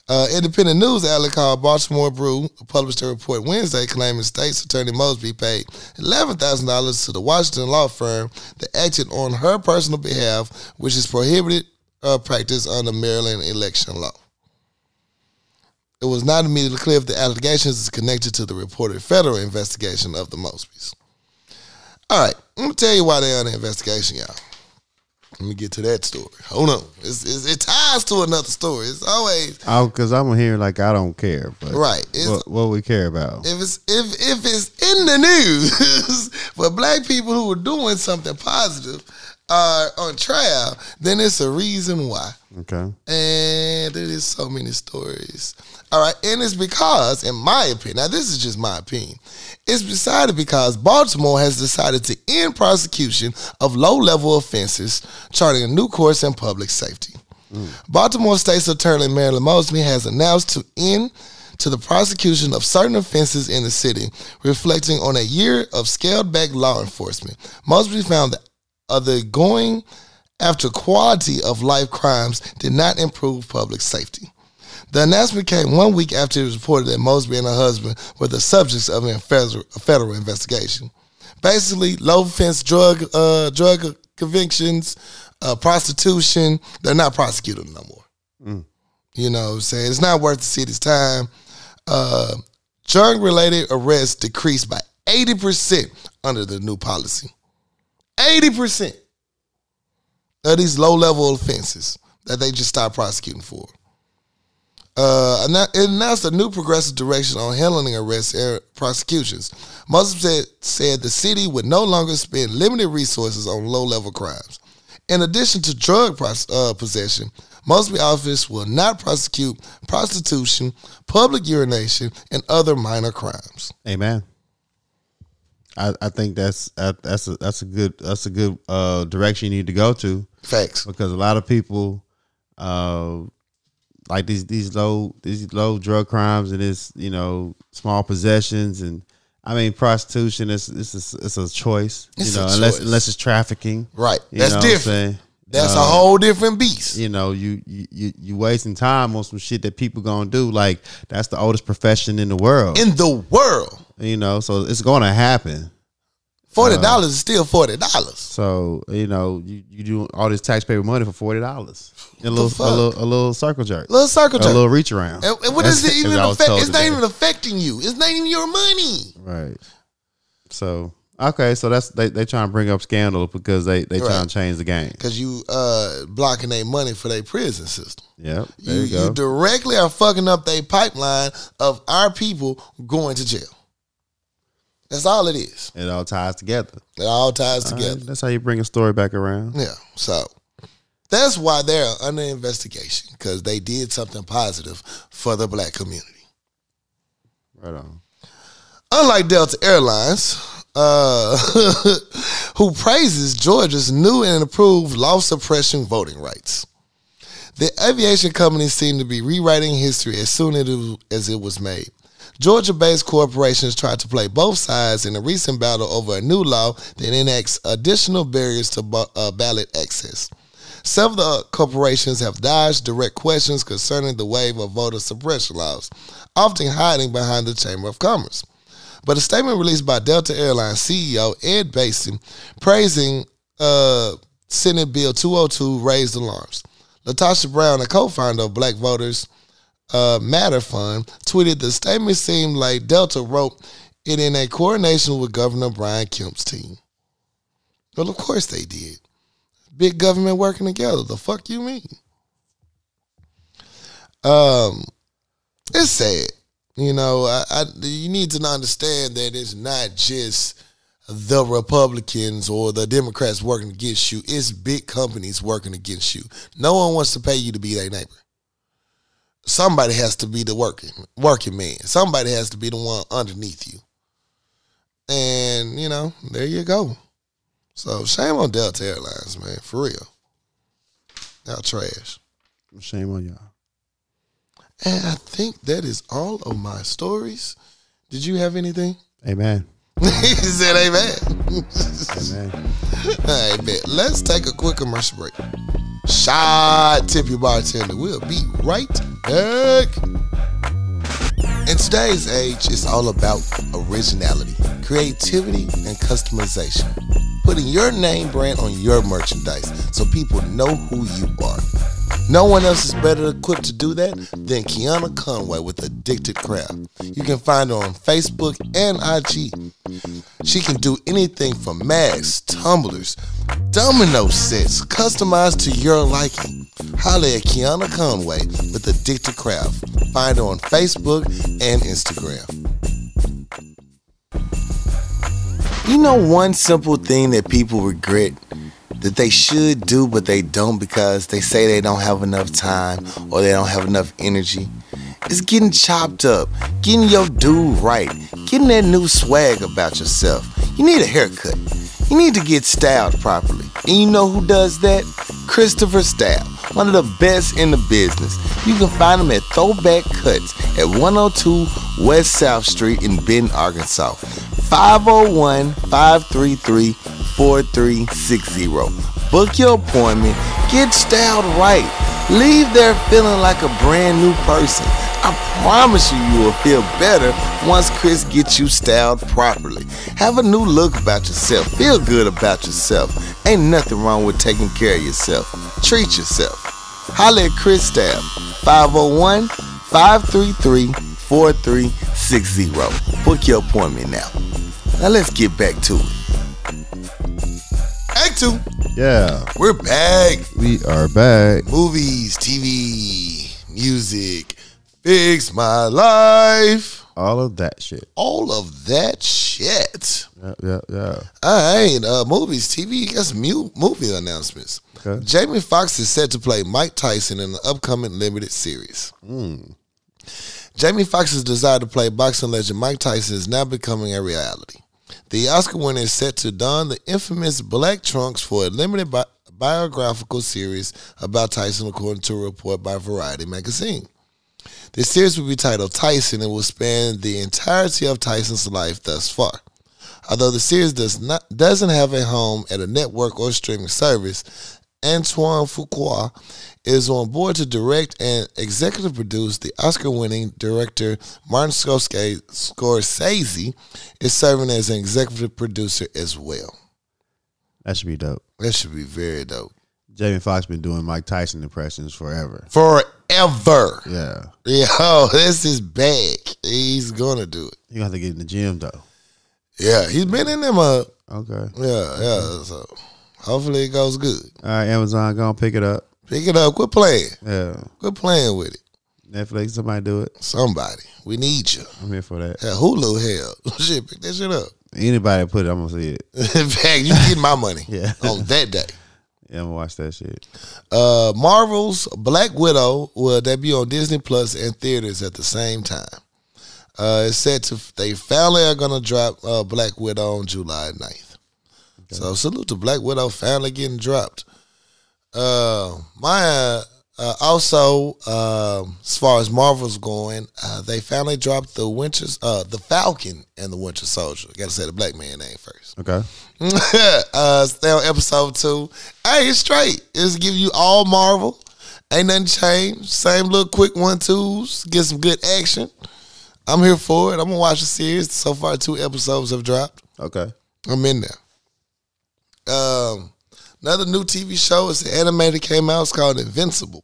Uh, independent news outlet called Baltimore Brew published a report Wednesday claiming state's attorney Mosby paid $11,000 to the Washington law firm that acted on her personal behalf, which is prohibited uh, practice under Maryland election law. It was not immediately clear if the allegations is connected to the reported federal investigation of the Mosbys. All right, let me tell you why they're under investigation, y'all. Let me get to that story. Hold on. It's, it's, it ties to another story. It's always Because I'm here like I don't care, but Right. It's, What, what we care about? if it's if if it's in the news for black people who are doing something positive are on trial, then it's a reason why. Okay. And there is so many stories. All right, and it's because, in my opinion, now this is just my opinion, it's decided because Baltimore has decided to end prosecution of low-level offenses, charting a new course in public safety. Baltimore State's Attorney Marilyn Mosby has announced to end to the prosecution of certain offenses in the city, reflecting on a year of scaled back law enforcement. Mosby found that uh, the going after quality of life crimes did not improve public safety. The announcement came one week after it was reported that Mosby and her husband were the subjects of a federal, a federal investigation. Basically, low offense drug uh, drug convictions, uh, prostitution, they're not prosecuted no more. You know what I'm saying? It's not worth the city's time. Uh, drug related arrests decreased by 80% under the new policy. 80% of these low level offenses that they just stopped prosecuting for. Uh, anno- it announced a new progressive direction on handling arrests and prosecutions. Muslim said, said the city would no longer spend limited resources on low level crimes. In addition to drug pros- uh, possession, Mosby office will not prosecute prostitution, public urination, and other minor crimes. Amen. I, I think that's I, that's a that's a good that's a good uh, direction you need to go to Facts. because a lot of people uh, like these these low these low drug crimes and this you know small possessions and I mean prostitution is it's a, it's a choice It's you know a unless choice. unless it's trafficking Right. You That's know what I'm different. saying? That's Uh, a whole different beast. you know you you you you wasting time on some shit that people gonna do like that's the oldest profession in the world In the world, you know so it's gonna happen Uh, $40 is still $40. so you know you you do all this taxpayer money for forty dollars a little fuck? a little a little circle jerk Little circle a jerk. little reach around And, and what is it That's- even that's what I was affect? told It's not today. even affecting you. It's not even your money. right so okay so that's they they trying to bring up scandal because they they trying Right. to change the game Cause you uh blocking their money for their prison system. yep there You, you, you, go directly are fucking up their pipeline of our people going to jail. That's all it is. It all ties together. It all ties All right, together. that's how you bring a story back around. Yeah. So that's why they're under investigation because they did something positive for the black community. Right on. Unlike Delta Airlines, uh, who praises Georgia's new and improved law suppressing voting rights. The aviation company seemed to be rewriting history as soon as it- as it was made. Georgia based corporations tried to play both sides in a recent battle over a new law that enacts additional barriers to bo- uh, ballot access. Several of the corporations have dodged direct questions concerning the wave of voter suppression laws, often hiding behind the Chamber of Commerce. But a statement released by Delta Airlines CEO Ed Basin praising uh, Senate Bill 202 raised alarms. Latasha Brown, a co-founder of Black Voters uh, Matter Fund, tweeted the statement seemed like Delta wrote it in a coordination with Governor Brian Kemp's team. Well, of course they did. Big government working together. The fuck you mean? Um, it's sad. You know, I, I you need to understand that it's not just the Republicans or the Democrats working against you. It's big companies working against you. No one wants to pay you to be their neighbor. Somebody has to be the working working man. Somebody has to be the one underneath you. And you know, there you go. So shame on Delta Airlines, man, for real. Y'all trash. Shame on y'all. And I think that is all of my stories. Did you have anything? Amen. he said, Amen. Amen. I bet. Let's take a quick commercial break. Shot tip your bartender. We'll be right back. In today's age, it's all about originality, creativity, and customization. Putting your name brand on your merchandise so people know who you are. No one else is better equipped to do that than Kiana Conway with Addicted Crowd. You can find her on Facebook and IG. She can do anything from masks, tumblers, domino sets, customized to your liking. Holla at Kiana Conway with Addicted Craft. Find her on Facebook and Instagram. You know one simple thing that people regret that they should do but they don't because they say they don't have enough time or they don't have enough energy. It's getting chopped up, getting your dude right, getting that new swag about yourself. You need a haircut. You need to get styled properly. And you know who does that? Christopher Style, one of the best in the business. You can find him at Throwback Cuts at 102 West South Street in Benton, Arkansas. 501 533 4360. Book your appointment, get styled right. Leave there feeling like a brand new person. I promise you, you will feel better once Chris gets you styled properly. Have a new look about yourself. Feel good about yourself. Ain't nothing wrong with taking care of yourself. Treat yourself. Holla at Chris oh Stab, 501 533 4360. Book your appointment now. Now let's get back to it. Act two. Yeah, We're back. we are back. Movies, TV, music, fix my life. All of that shit. All of that shit. Yeah, yeah, yeah. All right, uh, movies, TV, that's mu- movie announcements. Okay. Jamie Foxx is set to play Mike Tyson in the upcoming limited series. Jamie Foxx's desire to play boxing legend Mike Tyson is now becoming a reality. The Oscar winner is set to don the infamous black trunks for a limited bi- biographical series about Tyson, according to a report by Variety magazine. The series will be titled Tyson and will span the entirety of Tyson's life thus far. Although the series does not doesn't have a home at a network or streaming service, Antoine Fuqua is on board to direct and executive produce. The Oscar-winning director Martin Scorsese- Scorsese is serving as an executive producer as well. That should be dope. That should be very dope. Jamie Foxx been doing Mike Tyson impressions forever. Forever, Yeah. yo, this is back. He's gonna do it. You have to get in the gym though. Yeah, he's been in them up. Okay. Yeah, yeah. So hopefully it goes good. All right, Amazon, go and pick it up. Pick it up. Quit playing. Yeah. Quit playing with it. Netflix, somebody do it. Somebody, we need you. I'm here for that. Hell, Hulu, hell, shit, pick that shit up. Anybody put it, I'm gonna see it. In fact, you get my money Yeah. on that day. Yeah, I'm gonna watch that shit. Uh, Marvel's Black Widow will debut on Disney Plus and theaters at the same time. Uh, it's set to they finally are gonna drop uh, Black Widow on July 9th. So salute to Black Widow finally getting dropped. Uh, my uh, also um as far as Marvel's going, uh, they finally dropped the Winter's uh, the Falcon and the Winter Soldier. Got to say the black man name first Okay. uh, stay on episode two. Hey, it's straight. It's give you all Marvel. Ain't nothing changed. Same little quick one twos. Get some good action. I'm here for it. I'm gonna watch the series. So far, two episodes have dropped. Okay. I'm in there. Um, another new TV show is an anime that came out. It's called Invincible.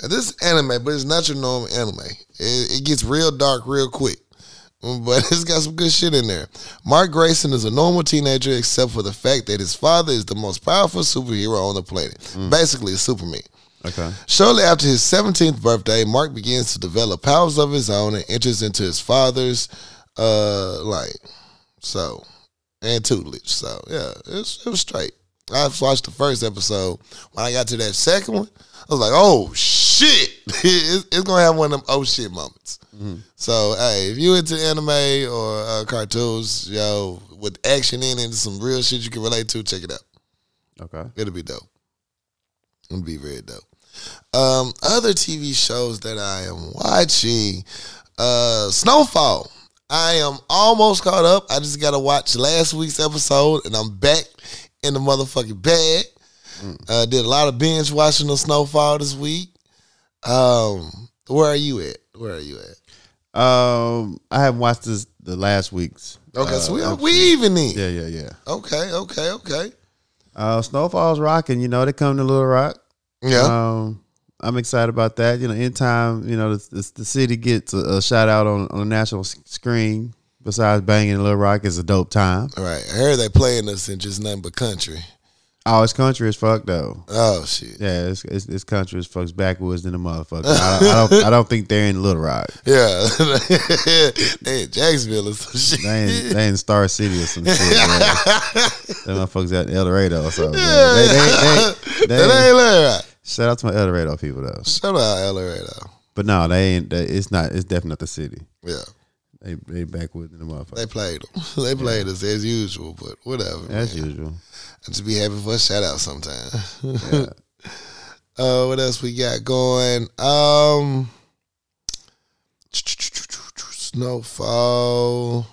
Now, this is anime, but it's not your normal anime. It, it gets real dark real quick, but it's got some good shit in there. Mark Grayson is a normal teenager, except for the fact that his father is the most powerful superhero on the planet. Basically, Superman. Okay. Shortly after his 17th birthday, Mark begins to develop powers of his own and enters into his father's uh line. So, and tutelage. So, yeah, it was, it was straight. I watched the first episode. When I got to that second one, I was like, oh, shit. it's, it's going to have one of them oh, shit moments. So, hey, if you into anime or uh, cartoons, yo, with action in it and some real shit you can relate to, check it out. Okay. It'll be dope. It'll be very dope. Um, other TV shows that I am watching, uh, Snowfall. I am almost caught up. I just gotta watch last week's episode, and I'm back in the motherfucking bag. Uh, did a lot of binge watching on Snowfall this week. Um, where are you at? Where are you at? Um, I haven't watched this the last week's. Okay, Uh, so we are we even in. Yeah, yeah, yeah. Okay, okay, okay. Uh, Snowfall's rocking. You know, they come to Little Rock. Yeah, Um, I'm excited about that. You know, anytime you know the, the, the city gets a, a shout out on on a national s- screen, besides banging Little Rock, is a dope time. all right. I heard they playing us in just nothing but country. Oh, it's country as fuck though. Oh shit. Yeah, it's it's, it's country as fuck's backwoods than a motherfucker. I, I don't I don't think they're in Little Rock. Yeah, they in Jacksonville or some shit. They ain't, they in Star City or some shit. man. Them motherfuckers out in El Dorado or something. man. They- they- they- they- that ain't Laredo. shout out to my El Dorado people though. Shut up, Laredo. But no, they ain't. They, it's not. It's definitely not the city. Yeah, They they backwoods in the motherfucker. they played them. they played us as usual, but whatever. man. As usual. Just be happy for a shout out sometime. uh, what else we got going? Um, snowfall.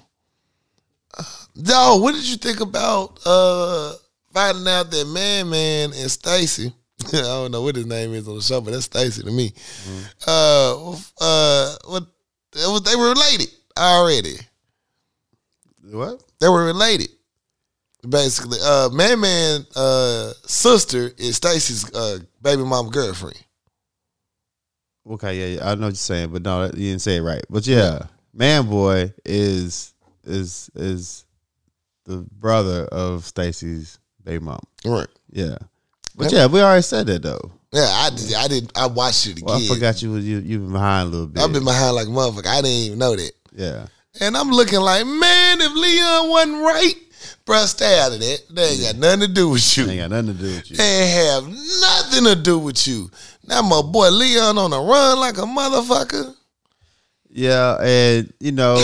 No, what did you think about uh finding out that Man Man and Stacy? I don't know what his name is on the show, but that's Stacy to me. Uh, uh, what? It was, they were related already What? they were related. Basically, uh, Man Man uh, sister is Stacy's uh, baby mama girlfriend. Okay, yeah, yeah, I know what you're saying, but no, that- you didn't say it right. But yeah, Man Boy is is is the brother of Stacy's baby mom. Right. Yeah, but yeah, we already said that though. Yeah, I did. I did. I watched it again. Well, I forgot you was you you been behind a little bit. I've been behind like a motherfucker. I didn't even know that. yeah, And I'm looking like, man, if Leon wasn't right, bruh, stay out of that. They ain't got nothing to do with you. ain't got nothing to do with you. They have nothing to do with you. Now my boy Leon on the run like a motherfucker. Yeah, and you know,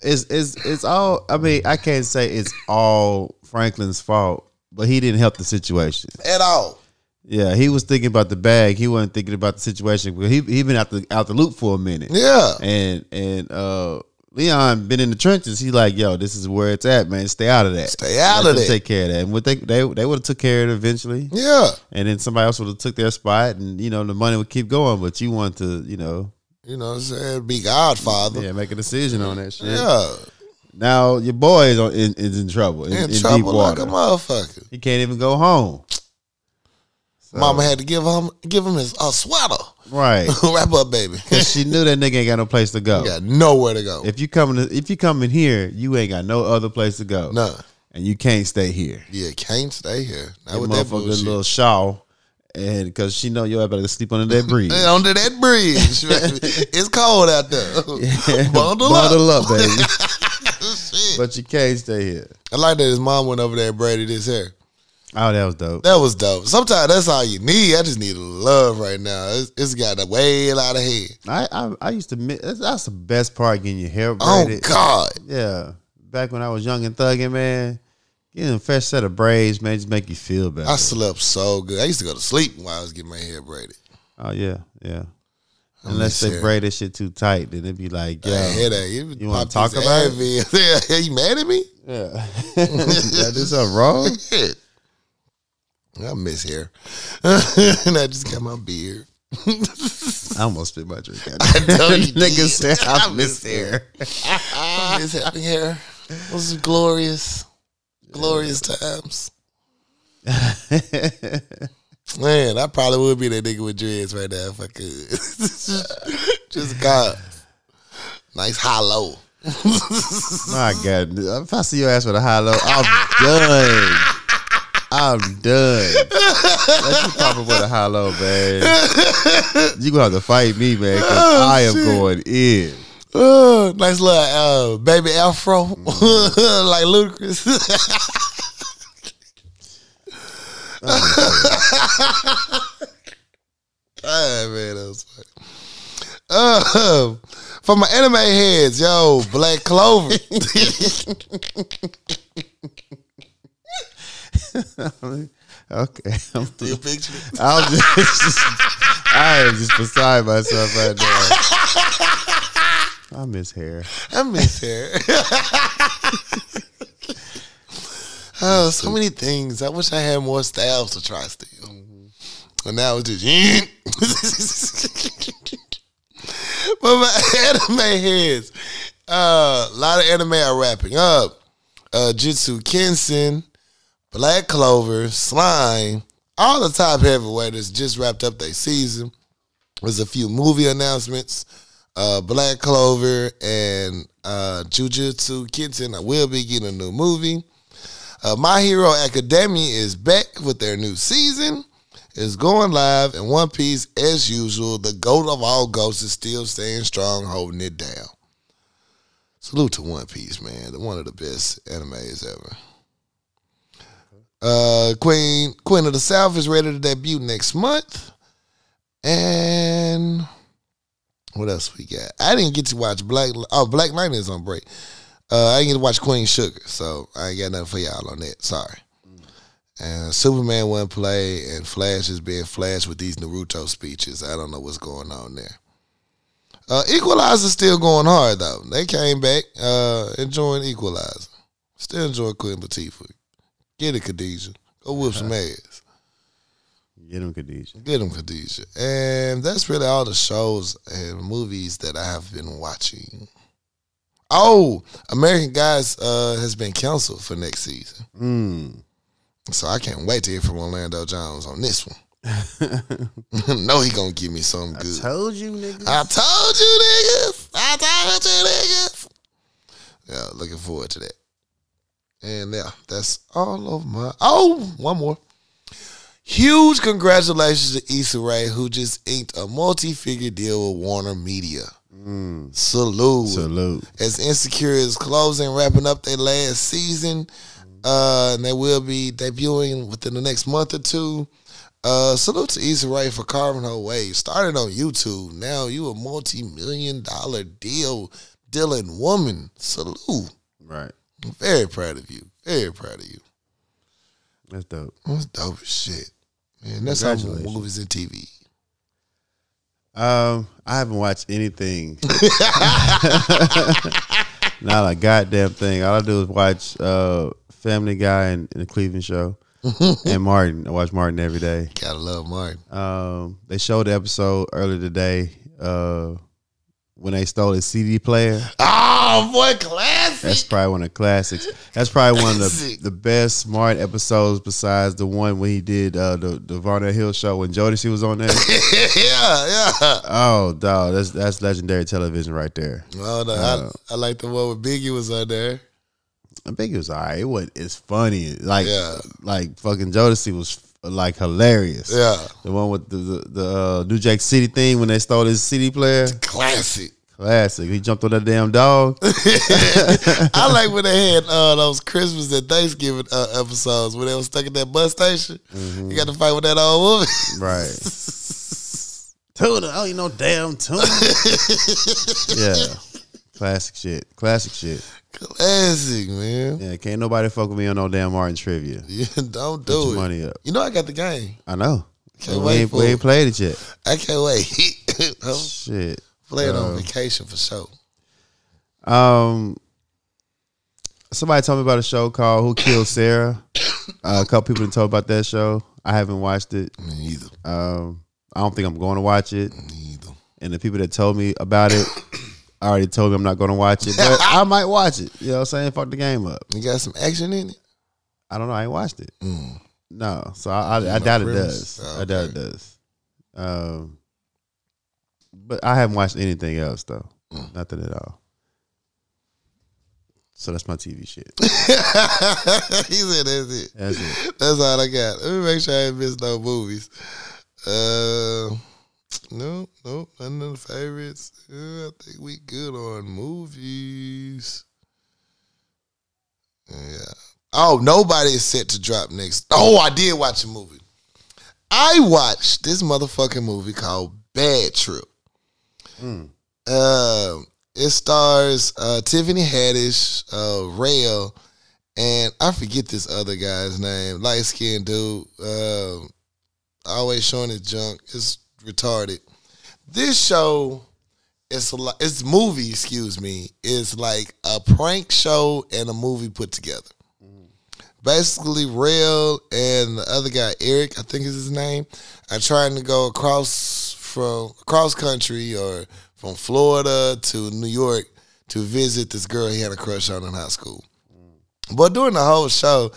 it's it's it's all. I mean, I can't say it's all Franklin's fault, but he didn't help the situation. At all. Yeah, he was thinking about the bag. He wasn't thinking about the situation because he he been out the out the loop for a minute. Yeah. and and uh Leon been in the trenches. He like, yo, this is where it's at, man. Stay out of that. Stay out Let them of that. Take care of that. And what they they they would have took care of it eventually, Yeah. and then somebody else would have took their spot, and you know the money would keep going. But you want to, you know, You know what I'm saying? Be Godfather. yeah, make a decision on that shit. yeah. Now your boy is on, in, is in trouble. In, in, in deep trouble like water. a motherfucker. he can't even go home. So- Mama had to give him give him his a sweater. right? Wrap up, baby. 'Cause she knew that nigga ain't got no place to go. got nowhere to go. If you coming, if you coming here, you ain't got no other place to go, None. and you can't stay here. Yeah, can't stay here. Not That with that motherfucker bullshit. little shawl and because she know you're about to sleep under that bridge. Hey, Under that bridge, baby. it's cold out there. Bundle, Bundle up, up, baby. Shit. but you can't stay here. I like that his mom went over there and braided his hair. Oh, that was dope. That was dope. Sometimes that's all you need. I just need love right now. It's, it's got a way out of hand. I I, I used to miss, that's, that's the best part getting your hair Oh braided. God, Yeah, back when I was young and thugging, man, getting a fresh set of braids, man, just make you feel better. I slept so good. I used to go to sleep while I was getting my hair braided. oh yeah, yeah. Unless miss they hair. braid that shit too tight, then it be like, Yeah, yeah, headache. It You wanna popped talk his about it? Advil. Yeah, you mad at me? yeah. Did I do something wrong? Shit. I miss hair, and I just got my beard. I almost spit my drink. out. I know you Nigga did. said I I miss miss hair. I miss having hair. Those are glorious, glorious times. Man, I probably would be that nigga with dreads right now if I could. Just got nice hollow. My God, if I see your ass with a high low, I'm done. I'm done. Let you pop it with a high low, man. You gonna have to fight me, man, because Oh, I am shit. going in. Uh, nice little uh, baby afro, like ludicrous. Ah, man, that was funny. Uh, for my anime heads, yo, Black Clover. okay, I'm, Your picture. I'm just, I am just beside myself right now. I miss hair. I miss her. oh, so many things. I wish I had more styles to try still. And now it's just. but my anime heads. Uh, A lot of anime are wrapping up. Uh, Jitsu Kensen, Black Clover, Slime. All the top heavyweights just wrapped up their season. There's a few movie announcements uh, Black Clover and uh, Jujutsu Kitten. I will be getting a new movie. Uh, My Hero Academia is back with their new season. It's going live, and One Piece, as usual, the goat of all ghosts is still staying strong, holding it down. Salute to One Piece, man. The- One of the best animes ever. Uh, Queen Queen of the South is ready to debut next month, and what else we got? I didn't get to watch Black. Oh, Black Lightning is on break. Uh, I didn't get to watch Queen Sugar, so I ain't got nothing for y'all on that. Sorry. And Superman one play, and Flash is being Flash with these Naruto speeches. I don't know what's going on there. Uh, Equalizer still going hard though. They came back, uh, enjoying Equalizer. Still enjoy Queen Latifah. Get it, Khadijah. Go whoop some ass. Get him, Khadijah. Get them, Khadijah. And that's really all the shows and movies that I have been watching. Oh, American Guys uh, has been canceled for next season. Mm. So I can't wait to hear from Orlando Jones on this one. no, he gonna give me something good. Told you, nigga. I told you niggas. I told you niggas. Yeah, looking forward to that. And yeah, that's all of my. Oh, one more. Huge congratulations to Issa Rae, who just inked a multi-figure deal with Warner Media. Salute. Salute. As Insecure is closing, wrapping up their last season, uh, and they will be debuting within the next month or two. Uh, salute to Issa Rae for carving her way. Started on YouTube. Now you a multi-million dollar deal dealing woman. Salute. Right. I'm very proud of you. Very proud of you. That's dope. That's dope as shit. Man, that's all my Congratulations. movies and TV. Um, I haven't watched anything. Not a goddamn thing. All I do is watch uh Family Guy and, and the Cleveland Show and Martin. I watch Martin every day. Gotta love Martin. Um, they showed the episode earlier today. Uh, when they stole his CD player. Oh boy, classic. That's probably one of the classics. That's probably one of the, Classic. the best Martin episodes besides the one when he did uh, the the Varnell Hill show when Jodeci was on there. yeah, yeah. oh, dog, that's that's legendary television right there. Well, no, Uh, I, I like the one with Biggie was on there. I think it was alright. It was it's funny. Like Yeah. like fucking Jodeci was like hilarious. Yeah. The one with the the, the uh, New Jack City thing when they stole his city player. Classic. Classic. He jumped on that damn dog. I like when they had uh, those Christmas and Thanksgiving uh, episodes when they was stuck at that bus station. Mm-hmm. You got to fight with that old woman. right. Tuna. Oh, you know, damn tuna. yeah. Classic shit. Classic shit. Classic, man. Yeah, can't nobody fuck with me on no damn Martin trivia. Yeah, don't Put your do it. money up. You know I got the game. I know. Can't we wait ain't, for we it. ain't played it yet. I can't wait. I'm Shit. playing Uh, on vacation for sure. Um, somebody told me about a show called Who Killed Sarah. uh, a couple people done told about that show. I haven't watched it. Me either. Um, I don't think I'm going to watch it. Me either. And the people that told me about it already told me I'm not going to watch it. But I might watch it. You know what I'm saying? Fuck the game up. You got some action in it? I don't know. I ain't watched it. Mm. No. So I, I, I doubt it premise? does. I doubt it does. Um, but I haven't watched anything else, though. Nothing at all. So that's my TV shit. he said that's it. That's it. That's all I got. Let me make sure I ain't missed no movies. Uh, no, no, none of the favorites. Uh, I think we good on movies. Yeah. Oh, nobody is set to drop next. Oh, I did watch a movie. I watched this motherfucking movie called Bad Trip. Mm. Um, it stars uh, Tiffany Haddish, uh, Rail, and I forget this other guy's name. Light skinned dude. Um, always showing his junk. It's retarded. This show, it's a lot, it's movie. Excuse me. It's like a prank show and a movie put together. Basically, Rail and the other guy, Eric, I think is his name, are trying to go across from across country or from Florida to New York to visit this girl he had a crush on in high school. But during the whole show,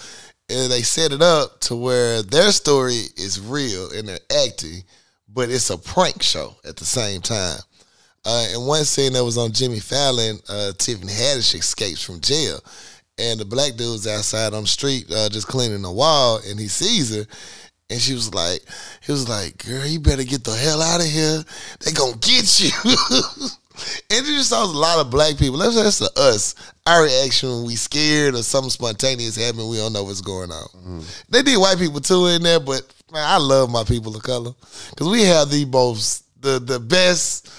eh, they set it up to where their story is real and they're acting, but it's a prank show at the same time. Uh, and one scene that was on Jimmy Fallon, uh, Tiffany Haddish escapes from jail. And the black dude's outside on the street uh, just cleaning the wall, and he sees her. And she was like, he was like, girl, you better get the hell out of here. They gonna get you. and it just sounds a lot of black people. That's that's the us. Our reaction when we scared or something spontaneous happened, we don't know what's going on. They did white people too in there, but man, I love my people of color. Cause we have the most the the best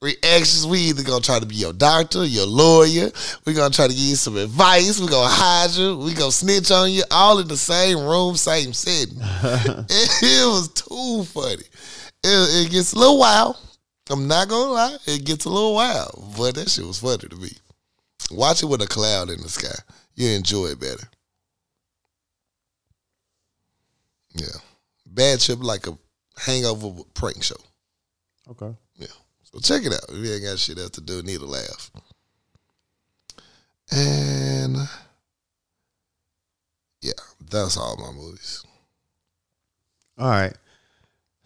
reactions. We either gonna try to be your doctor, your lawyer. We gonna try to give you some advice. We gonna hide you. We gonna snitch on you. All in the same room, same setting. it, it was too funny. It, it gets a little wild. I'm not gonna lie. It gets a little wild, but that shit was funny to me. Watch it with a cloud in the sky. You enjoy it better. Yeah, bad trip like a hangover prank show. Okay. Yeah. So check it out. If you ain't got shit else to do, need a laugh. And yeah, that's all my movies. All right.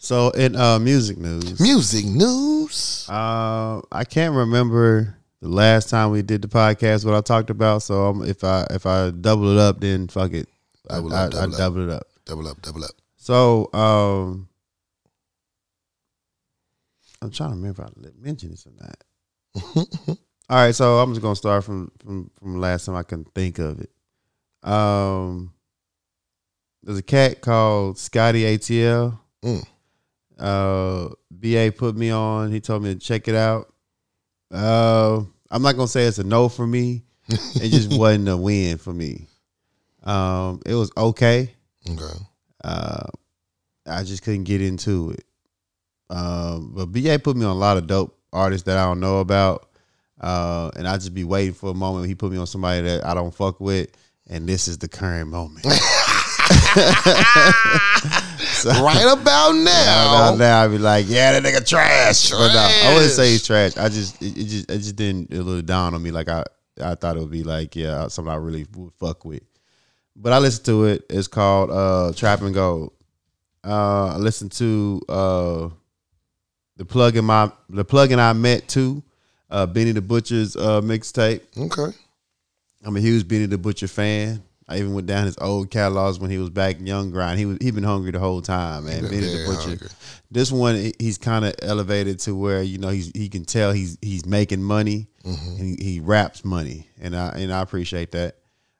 So in uh, music news, Music news. uh, I can't remember the last time we did the podcast what I talked about. So um, if I if I double it up, then fuck it, I, Double double, up, I, I double up. double it up. Double up, double up. So um, I'm trying to remember if I mentioned this or not. All right, so I'm just gonna start from from from last time I can think of it. Um, there's a cat called Scotty ATL. Mm. Uh, BA put me on. He told me to check it out. Uh, I'm not gonna say it's a no for me. It just wasn't a win for me. Um, it was okay. Okay. Uh, I just couldn't get into it. Um, but BA put me on a lot of dope artists that I don't know about. Uh, and I just be waiting for a moment. when He put me on somebody that I don't fuck with, and this is the current moment. right about Now, now. now I be like, yeah, that nigga trash. But Oh, no, I wouldn't say he's trash. I just, it, it just, it just didn't. It looked down on me. Like I, I thought it would be like, yeah, something I really would fuck with. But I listened to it. It's called uh, Trap and Gold. Uh, I listened to uh, the plug in my the plug in I met too. Uh, Benny the Butcher's uh, mixtape. Okay. I'm a huge Benny the Butcher fan. I even went down his old catalogs when he was back young grind. He was he been hungry the whole time, man. been Benny the very Butcher. hungry. This one he- he's kind of elevated to where you know he's he can tell he's he's making money and he, he raps money, and I and I appreciate that.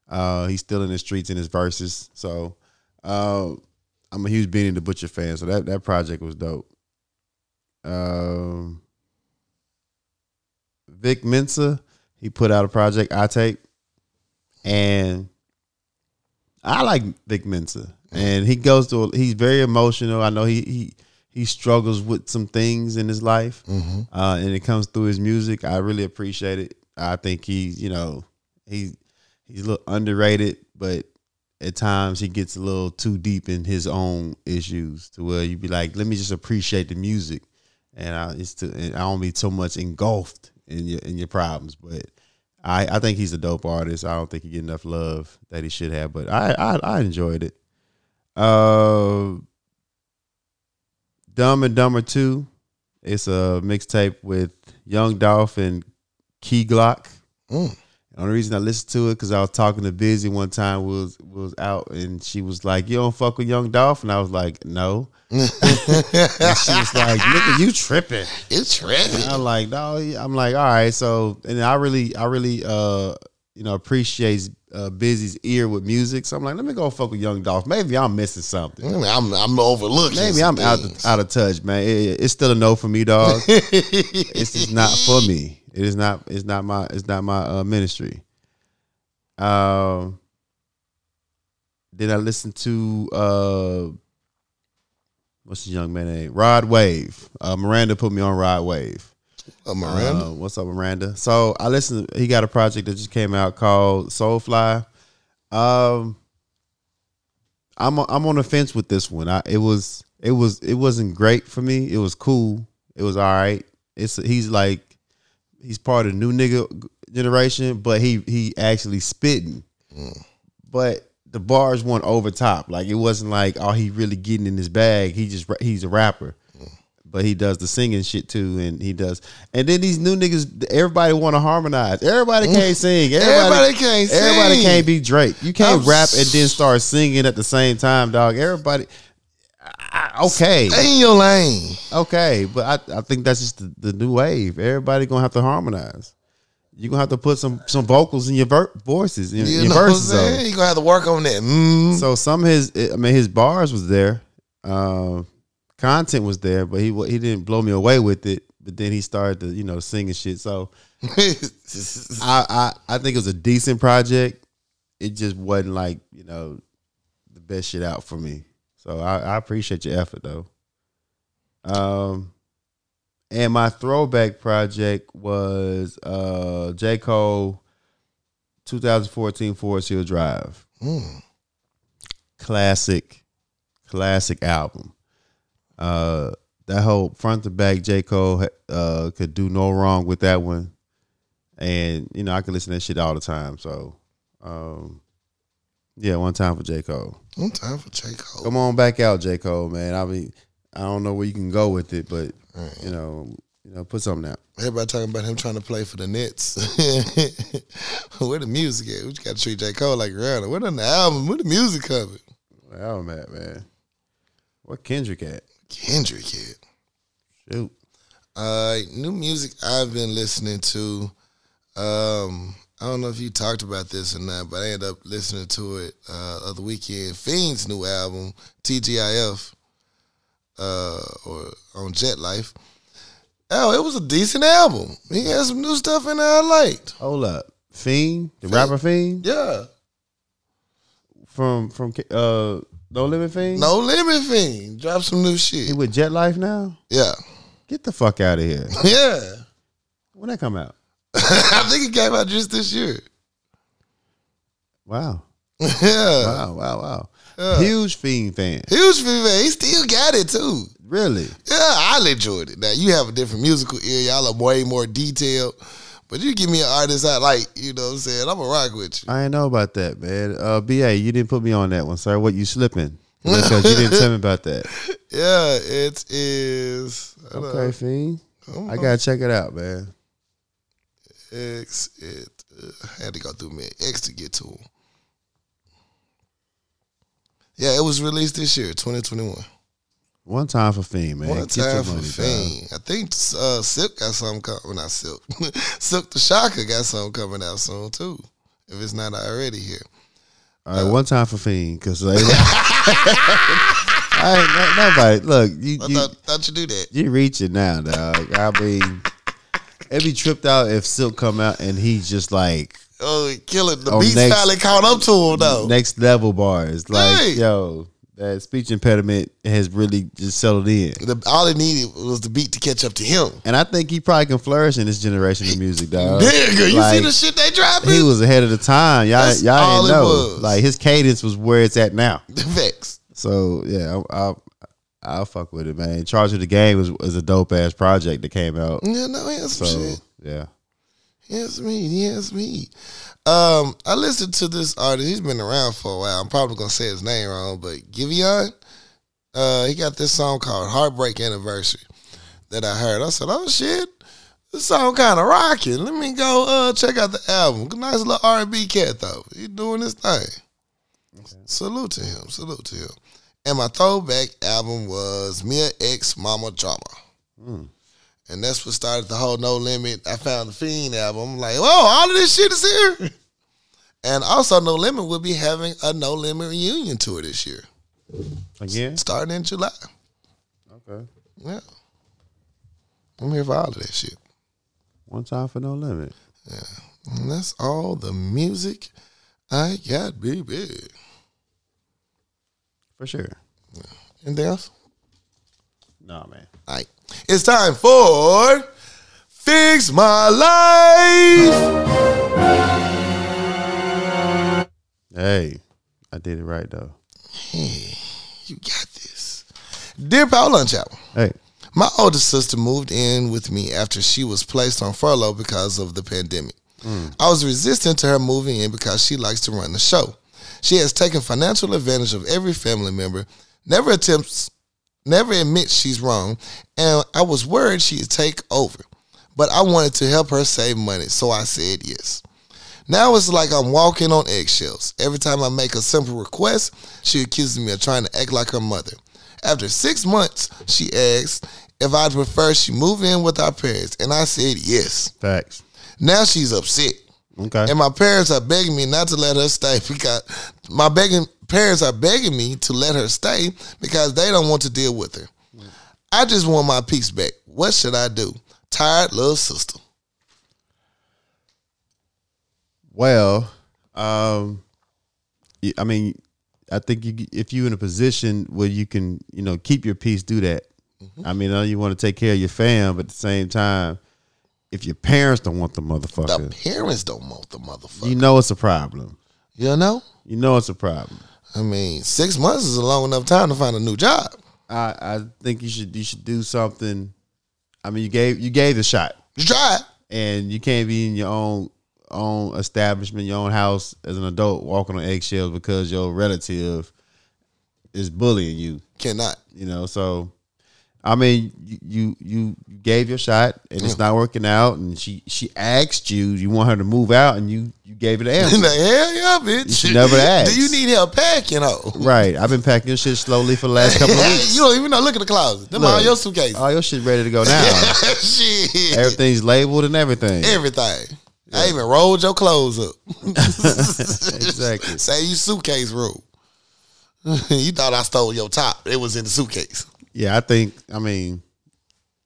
Uh, he's still in the streets in his verses, so uh, I'm a huge Benny the Butcher fan. So that that project was dope. Um, Vic Mensa, he put out a project I tape, and I like Vic Mensa, and he goes to he's very emotional. I know he he he struggles with some things in his life, Mm-hmm. uh, and it comes through his music. I really appreciate it. I think he's you know he he's a little underrated, but at times he gets a little too deep in his own issues to where you be like, let me just appreciate the music, and I it's to and I don't be so much engulfed in your in your problems. But I I think he's a dope artist. I don't think he get enough love that he should have, but I I, I enjoyed it. Uh, Dumb and Dumber Two, it's a mixtape with Young Dolph and Key Glock. Mm. The only reason I listened to it because I was talking to Busy one time. We was we was out and she was like, "You don't fuck with Young Dolph," and I was like, "No." and she was like, "Nigga, you tripping?" It's And tragic. I'm like, "No." I'm like, "All right." So, and I really, I really, uh, you know, appreciates uh, Busy's ear with music. So I'm like, "Let me go fuck with Young Dolph. Maybe I'm missing something." Mm, I'm I'm overlooking. Maybe I'm some out things. of, out of touch, man. It- it's still a no for me, dog. it's just not for me. It is not. It's not my. It's not my uh, ministry. Um. Then I listened to uh, what's this young man name? Rod Wave. Uh, Miranda put me on Rod Wave. Uh, Miranda. Uh, what's up, Miranda? So I listened. He got a project that just came out called Soulfly. Um, I'm i I'm on the fence with this one. I it was it was it wasn't great for me. It was cool. It was all right. It's he's like he's part of the new nigga generation, but he he actually spitting. Mm. But the bars weren't over top. Like it wasn't like oh he really getting in his bag. He just he's a rapper Mm. but he does the singing shit too, and he does. And then these new niggas, everybody want to harmonize. Everybody can't sing. Everybody, Mm. Everybody can't Everybody sing. can't be Drake. You can't I'm rap and then start singing at the same time, dog. Everybody. I- I- Okay, Stay in your lane. okay, but I, I think that's just the, the new wave. Everybody gonna have to harmonize. You are gonna have to put some some vocals in your ver- voices, in, You your know what I'm verses. though. saying? You gonna have to work on that. Mm. So some of his, I mean, his bars was there, uh, content was there, but he wa- he didn't blow me away with it. But then he started to, you know, singing shit. So I, I I think it was a decent project. It just wasn't like you know the best shit out for me. So I, I appreciate your effort though. Um, and my throwback project was uh J Cole, 2014 Forest Hill Drive Mm. classic, classic album. Uh, that whole front to back, J. Cole uh, could do no wrong with that one. And, you know, I could listen to that shit all the time. So, um, yeah, one time for J. Cole. One time for J. Cole. Come on back out, J. Cole, man. I mean, I don't know where you can go with it, but, Right. you know, you know, put something out. Everybody talking about him trying to play for the Nets. Where the music at? We just gotta treat J. Cole like Rihanna. Where done the album? Where the music coming? Where album at, man? What Kendrick at? Kendrick kid. Shoot. Uh, new music I've been listening to. Um, I don't know if you talked about this or not, but I ended up listening to it uh, other weekend. Fiend's new album, TGIF, uh, or on Jet Life. Oh, it was a decent album. He had some new stuff in there I liked. Hold up. Fiend, the rapper Fiend Yeah, from from uh No Limit Fiend. No Limit Fiend dropped some new He shit. with Jet Life now? Yeah, Get the fuck out of here. yeah. When that come out? I think it came out just this year. Wow. yeah, Wow, wow, wow. Yeah. Huge Fiend fan. huge Fiend man. He still got it too. Really? Yeah, I enjoyed it. Now you have a different musical ear, y'all are way more detailed. But you give me an artist I like, you know what I'm saying? I'm gonna rock with you. I ain't know about that, man. Uh BA, you didn't put me on that one, sir. What you slipping? Because you didn't tell me about that. Yeah, it is hold on. Okay, Fiend. Hold I on. gotta check it out, man. X it uh, I had to go through me X to get to him. Yeah, it was released this year, 2021. One time for Fiend, man. One Get your time for money, dog. Fiend. I think uh, Silk got something coming. Well, not Silk. Silk the Shocker got something coming out soon too. If it's not already here. All right, one time for Fiend, because like, I ain't no- nobody. Look, you I you, thought, thought you do that. you reaching now, dog. I mean, it'd be tripped out if Silk come out and he's just like Oh, killing the Oh, beats next- finally caught up to him though. next level bars. Like, Oh. Hey. yo, that speech impediment has really just settled in. The, all it needed was the beat to catch up to him. And I think he probably can flourish in this generation of music, dog. Nigga, you see Uh, Like, the shit they dropping? He was ahead of the time. Y'all, That's y'all all didn't it know. was. Like his cadence was where it's at now. the Vex. So yeah, I, I, I'll fuck with it, man. Charge of the Game was, was a dope ass project that came out. Yeah, no, he has So some shit. yeah, He has some heat. He has some heat. Um, I listened to this artist. He's been around for a while. I'm probably gonna say his name wrong, but Giveon. Uh, he got this song called "Heartbreak Anniversary" that I heard. I said, "Oh shit, this song kind of rocking." Let me go uh check out the album. Nice little R&B cat though. He doing his thing. Salute to him. Salute to him. And my throwback album was Mia X Mama Drama. And that's what started the whole No Limit. I found the Fiend album. I'm like, whoa, all of this shit is here. And also, No Limit will be having a No Limit reunion tour this year, again, starting in July. okay. Yeah. I'm here for all of that shit. One time for no limit. And that's all the music I got, baby. For sure. Anything else? No, man. All right. It's time for Fix My Life. Hey, I did it right though. You got this. Dear Power Lunch Hour. Hey, My older sister moved in with me after she was placed on furlough because of the pandemic. I was resistant to her moving in because she likes to run the show. She has taken financial advantage of every family member, never attempts, never admits she's wrong, and I was worried she'd take over. But I wanted to help her save money, so I said yes. Now it's like I'm walking on eggshells. Every time I make a simple request, she accuses me of trying to act like her mother. After six months, she asks if I'd prefer she move in with our parents, and I said yes. facts. Now she's upset, Okay. and my parents are begging me not to let her stay because my begging parents are begging me to let her stay because they don't want to deal with her. I just want my peace back. What should I do? Tired little sister. Well, um, y- I mean, I think you, if you're in a position where you can, you know, keep your peace, do that. I mean, I know you want to take care of your fam, but at the same time, if your parents don't want the The motherfucker, parents don't want the motherfucker. you know it's a problem. You know? You know it's a problem. I mean, six months is a long enough time to find a new job. I, I think you should you should do something. I mean, you gave you gave the shot, You try it. and you can't be in your own own establishment, your own house as an adult, walking on eggshells because your relative is bullying you. Cannot. you know so i mean you you, you gave your shot and it's not working out and she she asked you you want her to move out and you you gave it an like, answer hell yeah, bitch. You should never ask. Do you need help packing, hoe? right i've been packing your shit slowly for the last couple of weeks you don't even know. Look at the closet. Them Look. Oh, all your suitcases. all your shit ready to go now Shit. everything's labeled and everything Everything. I even rolled your clothes up. Exactly. Say you suitcase rule. you thought I stole your top. It was in the suitcase. yeah i think i mean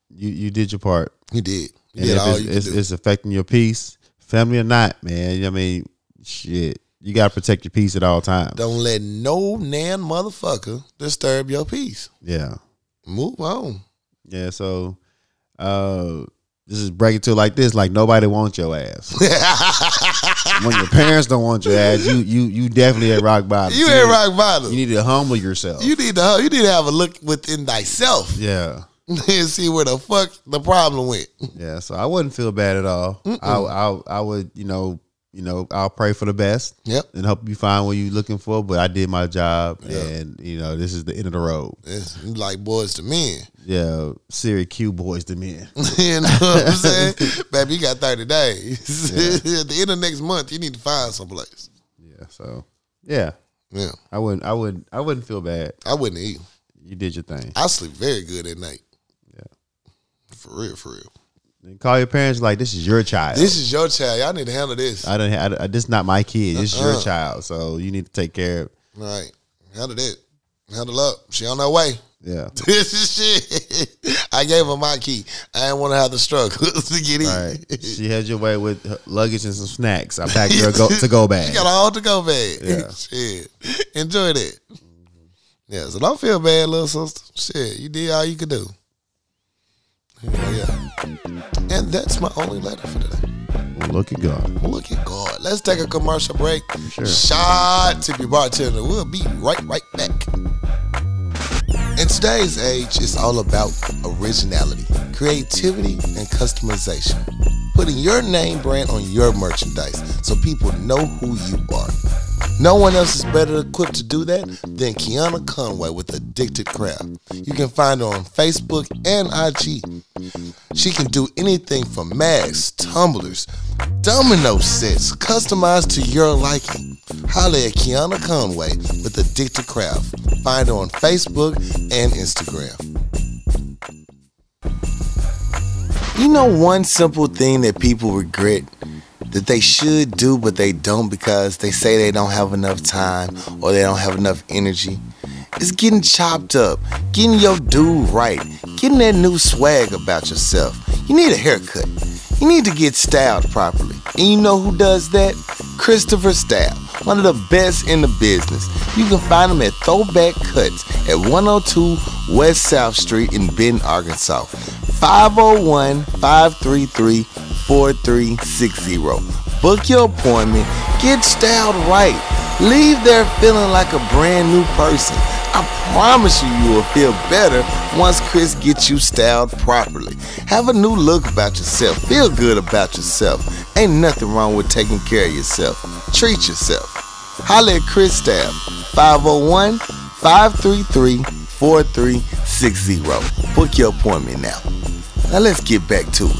you you did your part You did. You and did all if it's, you could it's, do. it's affecting your peace family or not man i mean shit you gotta protect your peace at all times don't let no nan motherfucker disturb your peace. yeah Move on. Yeah, so uh this is break it to it like this, like nobody wants your ass. when your parents don't want your ass, you you you definitely at rock bottom. You So ain't rock bottom. You need to humble yourself. You need to you need to have a look within thyself yeah. and see where the fuck the problem went. Yeah. So I wouldn't feel bad at all. I, I I would, you know, you know, I'll pray for the best Yep. and help you find what you're looking for. But I did my job and you know, this is the end of the road. It's like boys to men. Yeah. Siri Q boys to men. you know what I'm saying? Baby, you got 30 days. At the end of next month, you need to find someplace. Yeah. So yeah. Yeah, I wouldn't. I wouldn't. I wouldn't feel bad. I wouldn't eat. You did your thing. I sleep very good at night. Yeah, for real, for real. And call your parents like this is your child. This is your child. Y'all need to handle this. I don't. ha- I, this is not my kid. This is your Uh-uh. child. So you need to take care of. Right, handle it. Handle up. She on her way. Yeah. This is shit. I gave her my key. I didn't want to have the struggle to get in. All right. She had your way with her luggage and some snacks. I packed your go to go She bag. got all to go bag. Yeah. Shit. Enjoy that. Yeah, so don't feel bad, little sister. Shit, you did all you could do. Yeah. And that's my only letter for today. Look at God. Look at God. Let's take a commercial break. Sure. Shot to be bartender. We'll be right right back. In today's age, it's all about originality, creativity, and customization. Putting your name brand on your merchandise so people know who you are. No one else is better equipped to do that than Kiana Conway with Addicted Craft. You can find her on Facebook and IG. She can do anything from masks, tumblers, domino sets, customized to your liking. Holla at Kiana Conway with Addicted Craft. Find her on Facebook and Instagram. You know one simple thing that people regret that they should do but they don't because they say they don't have enough time or they don't have enough energy. It's getting chopped up, getting your dude right, getting that new swag about yourself. You need a haircut. You need to get styled properly. And you know who does that? Christopher Style, one of the best in the business. You can find him at Throwback Cuts at 102 West South Street in Benton, Arkansas. 501 533 4360. Book your appointment. Get styled right. Leave there feeling like a brand new person. I promise you, you will feel better once Chris gets you styled properly. Have a new look about yourself. Feel good about yourself. Ain't nothing wrong with taking care of yourself. Treat yourself. Holla at Chris oh Staff, 501 533 4360. Book your appointment now. Now let's get back to it.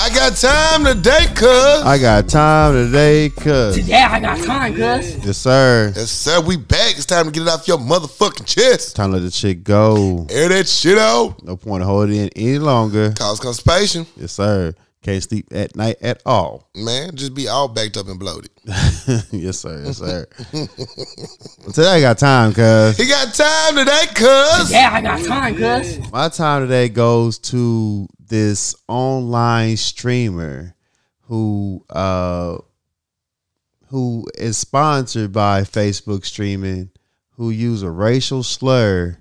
I got time today, cuz. I got time today, cuz. Yeah, I got time, cuz. Yes, sir. Yes, sir, we back. It's time to get it off your motherfucking chest. Time to let the shit go. Air that shit out. No point of holding it in any longer. Cause constipation. Yes, sir. Can't sleep at night at all. Man, just be all backed up and bloated. yes, sir. Yes, sir. Well, today I got time, cuz. He got time today, cuz. Yeah, I got time, cuz. My time today goes to this online streamer who uh who is sponsored by Facebook streaming who use a racial slur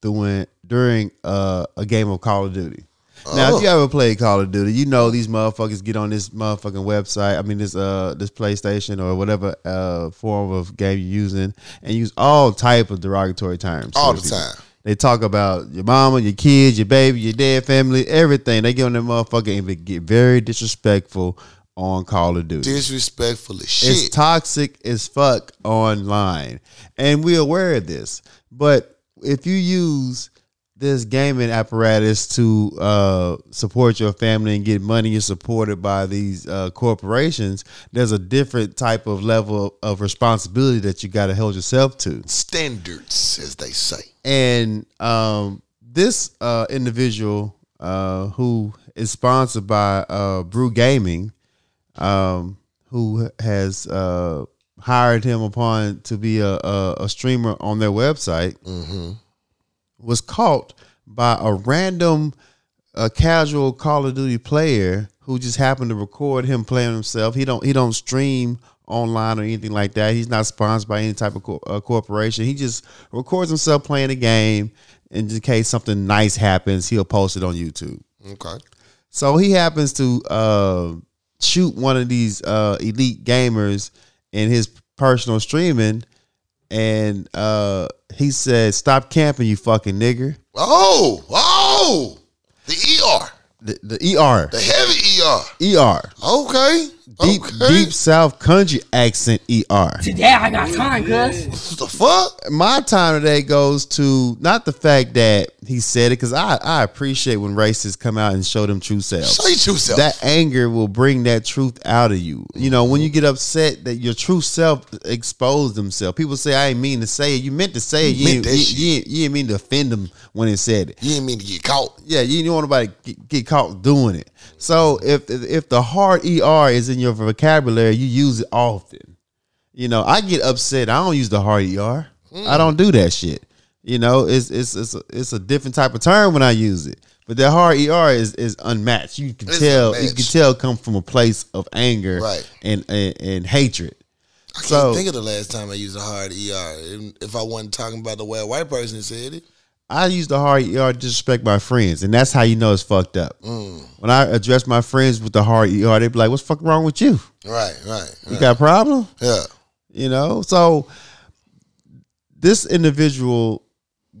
during during uh, a game of Call of Duty. Now, Oh. if you ever played Call of Duty, you know these motherfuckers get on this motherfucking website. I mean, this uh, this PlayStation or whatever uh form of game you're using, and use all type of derogatory terms All to the people. time. They talk about your mama, your kids, your baby, your dead family, everything. They get on that motherfucker and get very disrespectful on Call of Duty. Disrespectful as It's shit. toxic as fuck online. And we're aware of this. But if you use this gaming apparatus to uh, support your family and get money, you're supported by these uh, corporations. There's a different type of level of responsibility that you got to hold yourself to Standards, as they say. and um, this uh, individual uh, who is sponsored by uh, Brew Gaming, um, who has uh, hired him upon to be a, a, a streamer on their website, was caught by a random, a casual Call of Duty player who just happened to record him playing himself. He don't he don't stream online or anything like that. He's not sponsored by any type of cor- uh, corporation. He just records himself playing the game, and in case something nice happens, he'll post it on YouTube. Okay. So he happens to uh, shoot one of these uh, elite gamers in his personal streaming, and uh, he said, "Stop camping, you fucking nigger." Oh, oh. The ER. The, the ER, The heavy ER. ER. Okay. Deep Okay. deep south country accent ER. Today I got time, cuz. What the fuck? my time today goes to not the fact that he said it because I, I appreciate when racists come out and show them true selves. Show your true self. That anger will bring that truth out of you. You know, when you get upset that your true self exposed themselves. People say, I ain't mean to say it. You meant to say it. You, You didn't, meant that you, shit. you didn't- you didn't mean to offend them when it said it. you didn't mean to get caught. Yeah, you don't want nobody to get- get caught doing it. So if if the hard ER is in your vocabulary, you use it often. You know, I get upset. I don't use the hard ER. I Hmm. don't do that shit. You know, it's it's it's a, it's a different type of term when I use it. But that hard ER is is unmatched. You can It's tell. You unmatched. can tell it come from a place of anger Right. and, and and hatred. I can't So- think of the last time I used a hard ER. And If I wasn't talking about the way a white person said it, I use the hard ER to disrespect my friends, and that's how you know it's fucked up. Hmm. When I address my friends with the hard ER, they be like, "What's fuck wrong with you?" right, right, You right. got a problem? yeah, You know? So this individual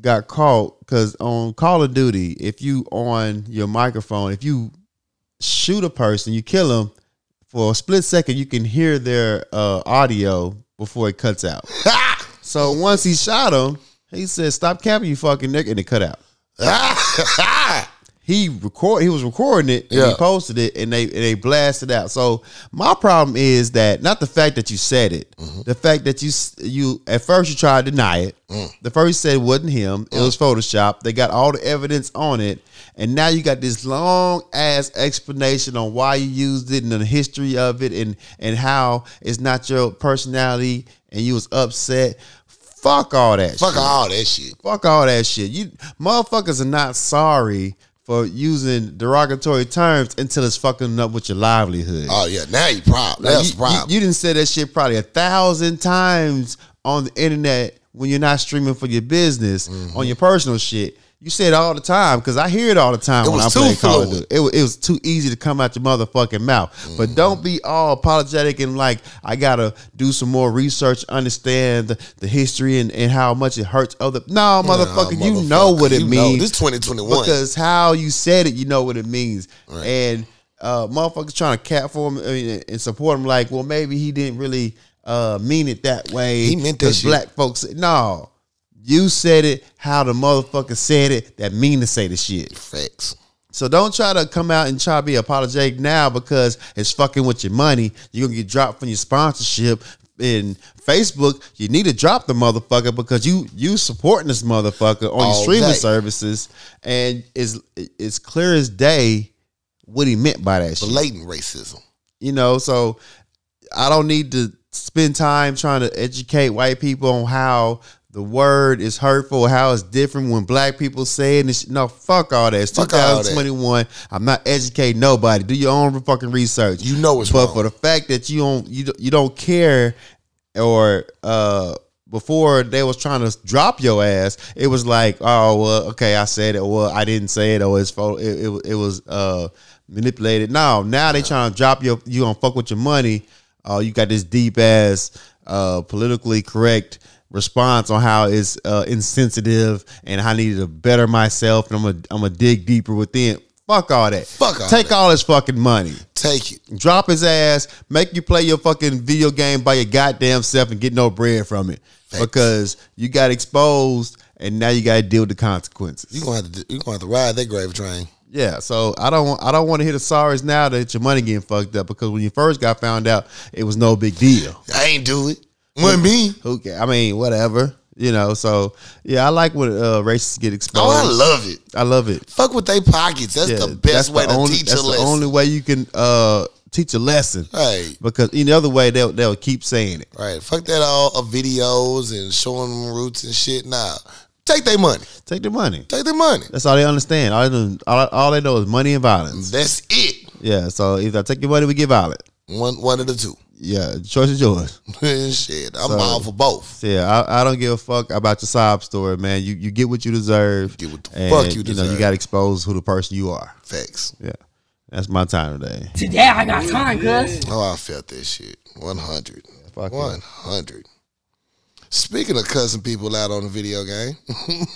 got caught because on Call of Duty, if you on your microphone, if you shoot a person, you kill them, for a split second, you can hear their uh, audio before it cuts out. so once he shot him, he said, Stop capping, you fucking nigga, and it cut out. He record he was recording it and he Yeah. posted it and they and they blasted out. So my problem is that not the fact that you said it, Mm-hmm. the fact that you s- you at first you tried to deny it. Mm. The first you said it wasn't him, it was Photoshop. They got all the evidence on it, and now you got this long ass explanation on why you used it and the history of it and and how it's not your personality and you was upset. Fuck all that. fuck shit. all that shit. Fuck all that shit. You motherfuckers are not sorry for using derogatory terms until it's fucking up with your livelihood. Oh yeah, now you problem. Like, That's you, a problem. You, you didn't say that shit probably a thousand times on the internet when you're not streaming for your business on your personal shit. You say it all the time because I hear it all the time It when was I play too Call of Duty. fluid. It, wa- it was too easy to come out your motherfucking mouth. But don't be all apologetic and like I gotta do some more research, understand the, the history and, and how much it hurts other. No, Nah, motherfucker, you know what it you know. means This twenty twenty one. because how you said it, you know what it means. And uh, motherfuckers trying to cat for him I mean, and support him, like, well, maybe he didn't really uh, mean it that way. He meant that 'cause shit. Black folks, no, you said it how the motherfucker said it. That mean to say the shit. Facts. So don't try to come out and try to be apologetic now because it's fucking with your money. You're gonna get dropped from your sponsorship. In Facebook, you need to drop the motherfucker because you you supporting this motherfucker on your All streaming day. services, and it's it's clear as day what he meant by that shit. Blatant racism. You know, so I don't need to spend time trying to educate white people on how the word is hurtful, how it's different when black people say it. And sh- no, fuck all that. It's Fuck all that. 2021. I'm not educating nobody. Do your own fucking research. You know it's but wrong. for the fact that you don't you don't- you don't care or uh before they was trying to drop your ass, it was like, oh well, okay, I said it, well, I didn't say it, or it's photo, it, it, it was uh manipulated. No, now they trying to drop your you don't fuck with your money. Oh, you got this deep ass uh politically correct response on how it's uh insensitive and how I need to better myself and I'm gonna I'm gonna dig deeper within. Fuck all that. Fuck all Take that. all his fucking money Take it. drop his ass, make you play your fucking video game by your goddamn self and get no bread from it because you got exposed and now you got to deal with the consequences. You gonna have to. You gonna have to ride that grave train. Yeah, so I don't want I don't want to hear the sorries now that your money getting fucked up because when you first got found out, it was no big deal. I ain't do it. Wasn't me. Who ca- I mean, whatever. You know, so yeah, I like when uh, racists get exposed. Oh, I love it. I love it. Fuck with they pockets. That's Yeah, the best way to only, teach that's a lesson. the only way you can uh, teach a lesson. right. Because any other way, they'll they'll keep saying it. Right. Fuck that all of videos and showing them roots and shit. Nah. Take their money. Take the money. Take their money. That's all they understand. All they, know, all, all they know is money and violence. That's it. Yeah. So if I take your money, we get violent. One one of the two. Yeah. the Choice is yours. shit. I'm So- all for both. So yeah, I, I don't give a fuck about your sob story, man. You you get what you deserve. Get what the fuck you You know, you deserve. got to expose who the person you are. Facts. Yeah. That's my time today. Today I got time, cuz. Oh, I felt that shit. 100. Fuck yeah. 100. Speaking of cussing people out on the video game,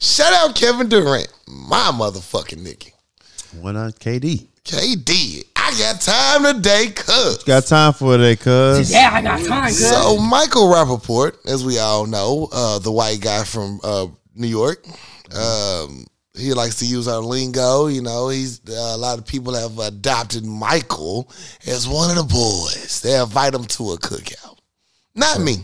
shout out Kevin Durant, my motherfucking nigga. One on KD. KD, I got time today, cuz. Got time for that, cuz. Yeah, I got time, cuz. So Michael Rappaport, as we all know, uh, the white guy from uh, New York, um, he likes to use our lingo. You know, he's uh, a lot of people have adopted Michael as one of the boys. They invite him to a cookout. Not me.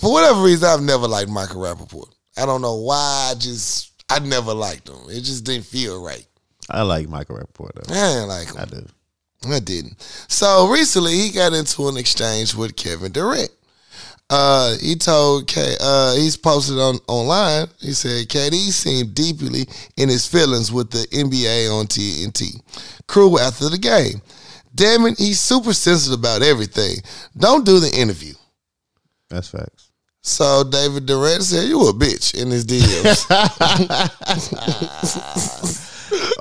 For whatever reason, I've never liked Michael Rappaport. I don't know why. I just I never liked him. It just didn't feel right. I like Michael Rapport though. I didn't like him. I do. I didn't. So recently, he got into an exchange with Kevin Durant. Uh, he told K. Uh, he's posted on online. He said KD seemed deeply in his feelings with the NBA on TNT crew after the game. Damn it, he's super sensitive about everything. Don't do the interview. That's facts. So David Durant said, "You a bitch" in his DMs.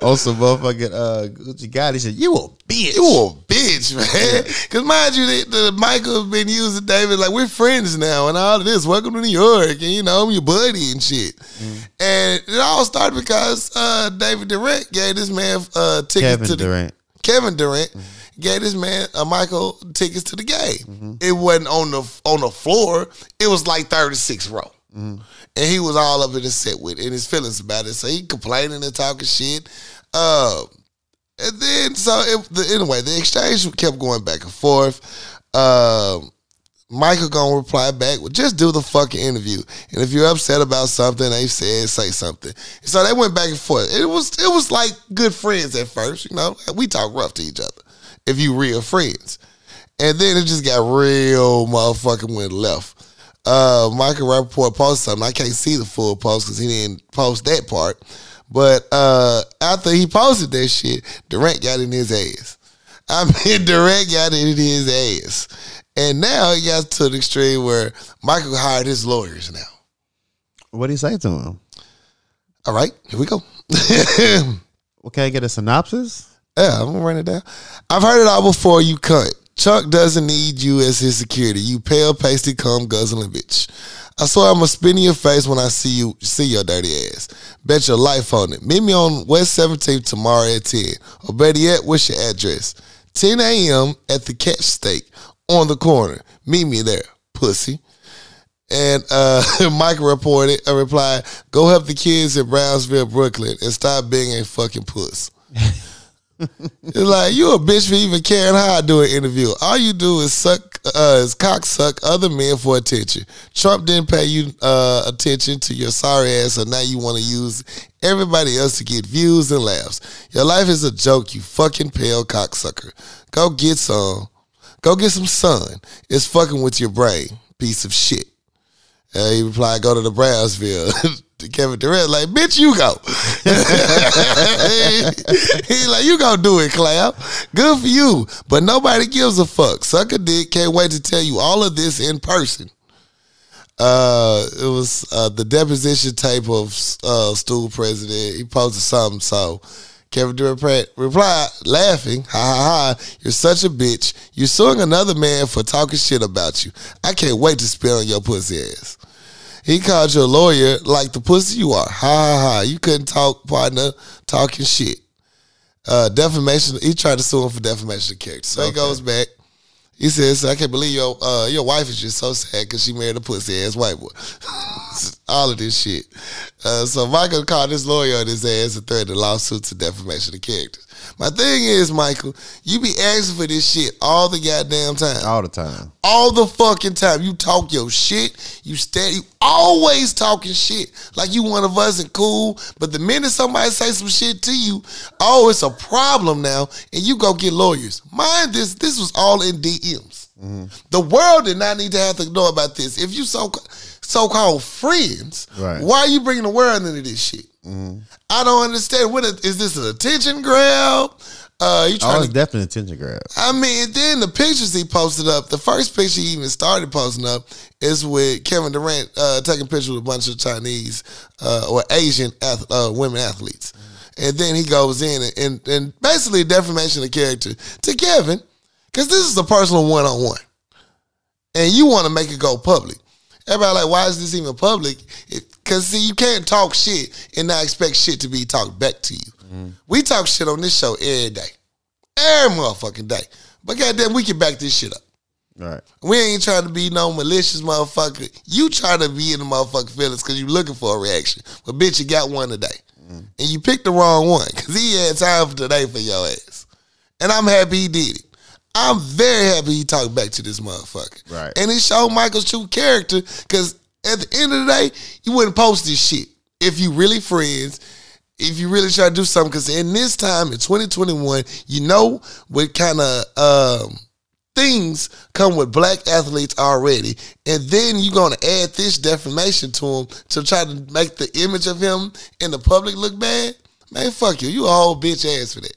Also, motherfucking uh, Gucci Gotti said, "You a bitch." You a bitch, man. Because mind you, the, the Michael's been using David like we're friends now and all of this. Welcome to New York, and you know I'm your buddy and shit. And it all started because uh, David Durant gave this man uh, tickets to Kevin the Durant. Kevin Durant gave this man uh, Michael tickets to the game. It wasn't on the on the floor. It was like 36 row. And he was all up in his set with it and his feelings about it. So he complaining and talking shit. Uh, and then so it, the, anyway, the exchange kept going back and forth. Um, Michael gonna reply back, well, just do the fucking interview. And if you're upset about something they said, say something. So they went back and forth. It was it was like good friends at first, you know. We talk rough to each other if you real friends. And then it just got real motherfucking went left. Uh, Michael Rappaport posted something. I can't see the full post because he didn't post that part. But uh, after he posted that shit, Durant got in his ass. I mean, Durant got in his ass. And now he got to the extreme where Michael hired his lawyers now. What do you say to him? All right, here we go. Well, can I get a synopsis? Yeah, I'm gonna run it down. I've heard it all before. You cunt. Chuck doesn't need you as his security. You pale, pasty, cum guzzling bitch. I swear I'ma spin in your face when I see you see your dirty ass. Bet your life on it. Meet me on West 17th tomorrow at 10. Or better yet, what's your address? 10 a.m. at the catch steak on the corner. Meet me there, pussy. And uh, Mike reported uh, replied, "Go help the kids in Brownsville, Brooklyn, and stop being a fucking puss." It's like you a bitch for even caring how I do an interview. All you do is suck, uh, is cock suck other men for attention. Trump didn't pay you uh, attention to your sorry ass, so now you want to use everybody else to get views and laughs. Your life is a joke, you fucking pale cocksucker. Go get some, go get some sun. It's fucking with your brain, piece of shit. Uh, he replied, "Go to the Brownsville." Kevin Durant like, "Bitch, you go." he like, "You gonna do it, Clown? Good for you." But nobody gives a fuck. Sucker dick can't wait to tell you all of this in person. Uh, it was uh, the deposition tape of uh, Stool President. He posted something, so Kevin Durant pre- replied, laughing, "Ha ha ha! You're such a bitch. You're suing another man for talking shit about you. I can't wait to spill on your pussy ass." He called your lawyer like the pussy you are. Ha ha ha! You couldn't talk, partner. Talking shit. Uh, defamation. He tried to sue him for defamation of character. So he goes back. He says, "I can't believe your uh, your wife is just so sad because she married a pussy ass white boy." All of this shit. Uh, so Michael called his lawyer on his ass and threatened a lawsuit to defamation of character. My thing is, Michael, you be asking for this shit all the goddamn time All the time. all the fucking time. You talk your shit. You stand. You always talking shit. Like you one of us and cool. But the minute somebody say some shit to you, oh, it's a problem now, and you go get lawyers. Mind this. This was all in DMs. The world did not need to have to know about this. If you so so called friends, Right. why are you bringing the world into this shit? I don't understand. What is this an attention grab? Uh, you trying Oh, to it's definitely attention grab. I mean, and then the pictures he posted up, the first picture he even started posting up is with Kevin Durant uh, taking pictures with a bunch of Chinese uh, or Asian ath- uh, women athletes. And then he goes in and, and, and basically defamation of character to Kevin, because this is a personal one on one. And you want to make it go public. Everybody like, why is this even public? Because see, you can't talk shit and not expect shit to be talked back to you. We talk shit on this show every day every motherfucking day. But goddamn, we can back this shit up. Right. We ain't trying to be no malicious motherfucker. You trying to be in the motherfucking feelings because you looking for a reaction. But bitch, you got one today. And you picked the wrong one because he had time for today for your ass. And I'm happy he did it. I'm very happy he talked back to this motherfucker. Right. And it showed Michael's true character because at the end of the day, you wouldn't post this shit if you really friends, if you really try to do something. Because in this time, in 2021, you know what kind of. Um, things come with black athletes already, and then you're gonna add this defamation to him to try to make the image of him in the public look bad. Man, fuck you. You a whole bitch ass for that.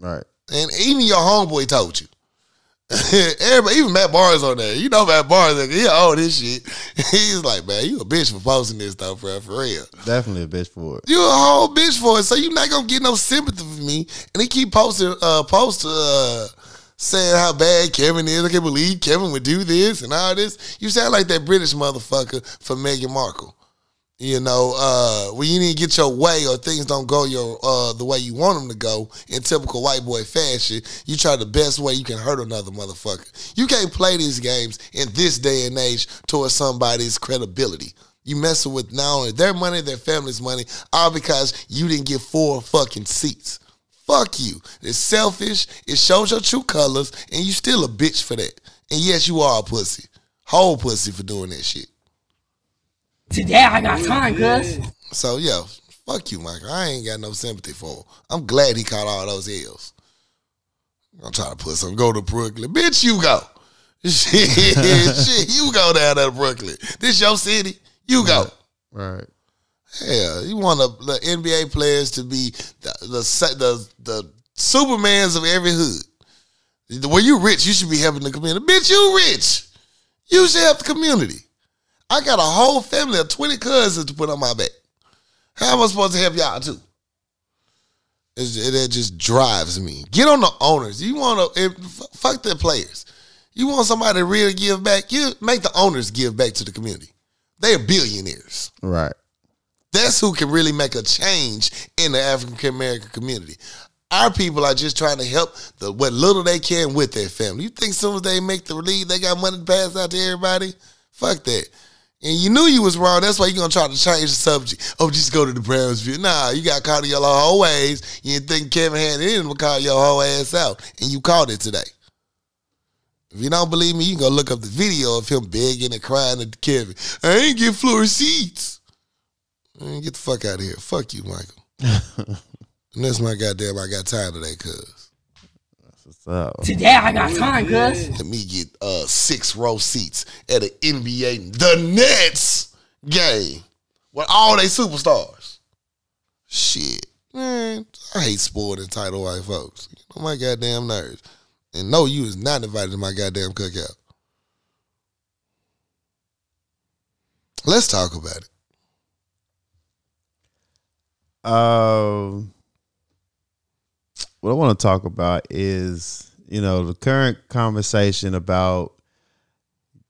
Right. And even your homeboy told you. Everybody, even Matt Barnes on there. You know Matt Barnes, like, he owe this shit. He's like, man, you a bitch for posting this stuff, bro, for real. Definitely a bitch for it. You a whole bitch for it, so you not gonna get no sympathy from me. And they keep posting uh post uh saying how bad Kevin is. I can't believe Kevin would do this and all this. You sound like that British motherfucker for Meghan Markle. You know, uh, when you didn't get your way or things don't go your uh, the way you want them to go in typical white boy fashion, you try the best way you can hurt another motherfucker. You can't play these games in this day and age towards somebody's credibility. You messing with not only their money, their family's money, all because you didn't get four fucking seats. Fuck you. It's selfish. It shows your true colors, and you still a bitch for that. And yes, you are a pussy, whole pussy for doing that shit. Today I got time, cuz. So yeah, fuck you, Michael. I ain't got no sympathy for him. I'm glad he caught all those L's. I'm trying to put some go to Brooklyn. Bitch, you go. Shit, shit, you go down there to Brooklyn. This your city. You go. Right. Hell, you want the, the NBA players to be the the se- the, the Supermans of every hood. When you rich, you should be helping the community. Bitch, you rich. You should help the community. I got a whole family of 20 cousins to put on my back. How am I supposed to help y'all too? It's, it, it just drives me. Get on the owners. You want to fuck the players. You want somebody to really give back? You make the owners give back to the community. They're billionaires. Right. That's who can really make a change in the African American community. Our people are just trying to help the what little they can with their family. You think soon as they make the lead, they got money to pass out to everybody? Fuck that. And you knew you was wrong. That's why you're gonna try to change the subject. Oh, just go to the Browns view. Nah, you got caught in your whole ways. You didn't think Kevin had it in to call your whole ass out, and you called it today. If you don't believe me, you can go look up the video of him begging and crying to Kevin. I ain't get floor seats. Man, get the fuck out of here. Fuck you, Michael. and that's my goddamn I got time today, cuz. What's up? Today I got time, cuz. Let me get uh six row seats at an NBA the Nets game with all they superstars. Shit. Man, I hate spoiled entitled white folks. Get on my goddamn nerves. And no, you is not invited to my goddamn cookout. Let's talk about it. Um, what I want to talk about is, you know, the current conversation about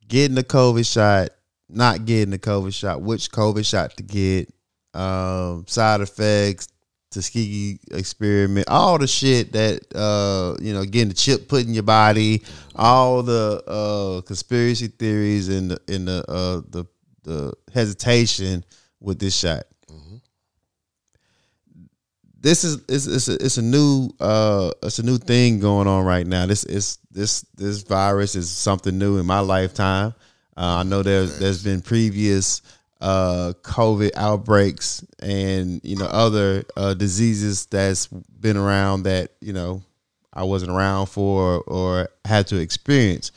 getting the COVID shot, not getting the COVID shot, which COVID shot to get, um, side effects, Tuskegee experiment, all the shit that, uh, you know, getting the chip put in your body, all the uh, conspiracy theories and the, and the, uh, the, the hesitation with this shot this is it's it's a, it's a new uh it's a new thing going on right now. This is this this virus is something new in my lifetime. Uh, I know there's there's been previous uh COVID outbreaks and you know other uh, diseases that's been around that you know I wasn't around for or had to experience.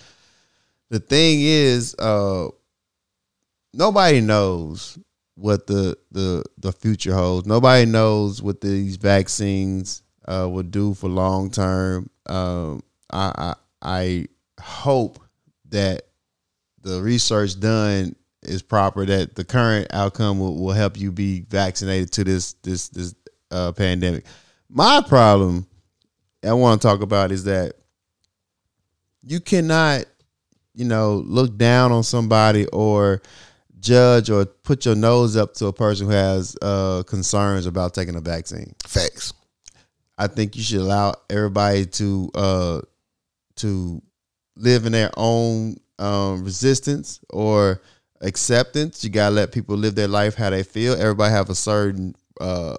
The thing is, uh, nobody knows what the the the future holds. Nobody knows what these vaccines uh, will do for long term. Um, I, I I hope that the research done is proper. That the current outcome will, will help you be vaccinated to this this this uh, pandemic. My problem I want to talk about is that you cannot, you know, look down on somebody or judge or put your nose up to a person who has uh, concerns about taking a vaccine. Facts. I think you should allow everybody to uh to live in their own um resistance or acceptance. You gotta let people live their life how they feel. Everybody have a certain uh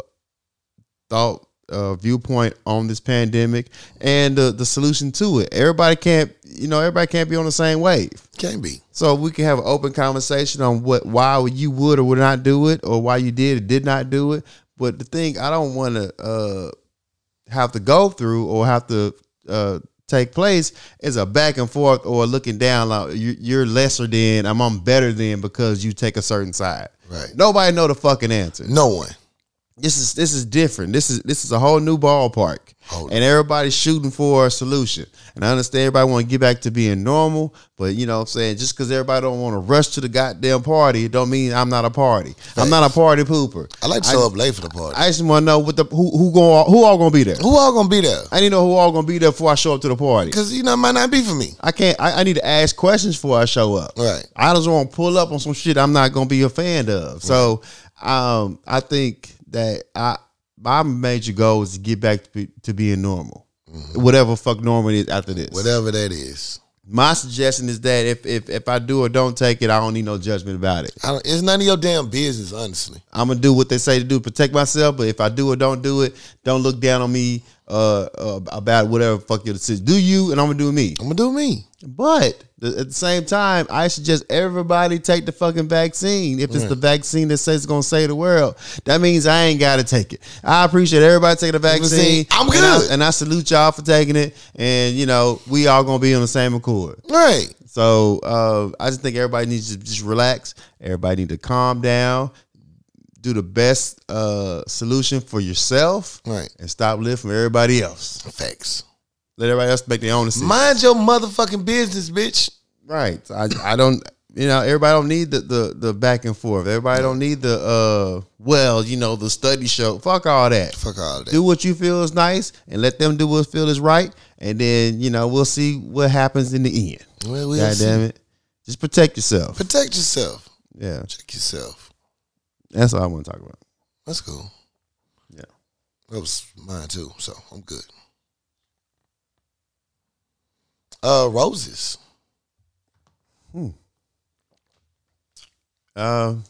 thought uh, viewpoint on this pandemic and the the solution to it. Everybody can't you know everybody can't be on the same wave. Can't be. So we can have an open conversation on what why you would or would not do it, or why you did or did not do it. But the thing I don't want to uh, have to go through or have to uh, take place is a back and forth or looking down like you, you're lesser than I'm, I'm better than because you take a certain side. Right. Nobody know the fucking answer. No one. This is this is different. This is this is a whole new ballpark, Hold and everybody's shooting for a solution. And I understand everybody want to get back to being normal, but you know what I'm saying just because everybody don't want to rush to the goddamn party, it don't mean I'm not a party. I'm not a party pooper. I like to show up late for the party. I just want to know what the who who going who all gonna be there. Who all gonna be there? I need to know who all gonna be there before I show up to the party. Because you know it might not be for me. I can't. I, I need to ask questions before I show up. Right. I just want to pull up on some shit I'm not gonna be a fan of. So, um, I think that I my major goal is to get back to, be, to being normal, whatever fuck normal is after this. Whatever that is, My suggestion is that if if if I do or don't take it, I don't need no judgment about it. I don't, it's none of your damn business. Honestly, I'm gonna do what they say to do, protect myself. But if I do or don't do it, don't look down on me uh, uh about whatever fuck your decision. Do you, and I'm gonna do me. I'm gonna do me. But th- at the same time, I suggest everybody take the fucking vaccine. If Mm. it's the vaccine that says it's gonna save the world, that means I ain't gotta take it. I appreciate everybody taking the vaccine. Vaccine. I'm And I, good. and I salute y'all for taking it. And you know, we all gonna be on the same accord. Right. So uh, I just think everybody needs to just relax. Everybody need to calm down. Do the best uh, solution for yourself, Right. and stop living from everybody else. Facts. Let everybody else make their own decision. Mind your motherfucking business, bitch. Right. I I don't you know, everybody don't need the the, the back and forth. Everybody don't need the uh well, you know, the study show. Fuck all that. Fuck all that. Do what you feel is nice and let them do what feel is right and then, you know, we'll see what happens in the end. Well, we'll God see. damn it. Just protect yourself. Protect yourself. Yeah. Check yourself. That's all I want to talk about. That's cool. Yeah. That was mine too, so I'm good. Uh, roses. Um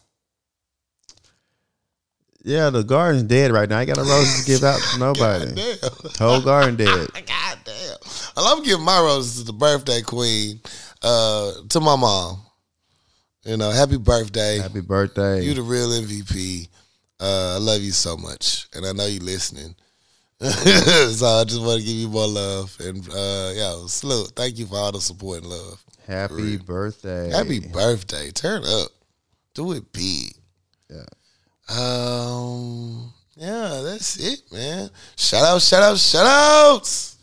yeah, the garden's dead right now. I ain't got no roses to give out to nobody. Damn. Whole garden dead. God damn. Well, I'm giving my roses to the birthday queen, uh, to my mom. You know, happy birthday. Happy birthday. You the real MVP. Uh, I love you so much, and I know you listening. so I just want to give you more love and uh, yo, salute. Thank you for all the support and love. Happy birthday. Happy birthday! Turn up, do it big. Yeah. Um, yeah, that's it, man. Shout out, shout out, shout outs.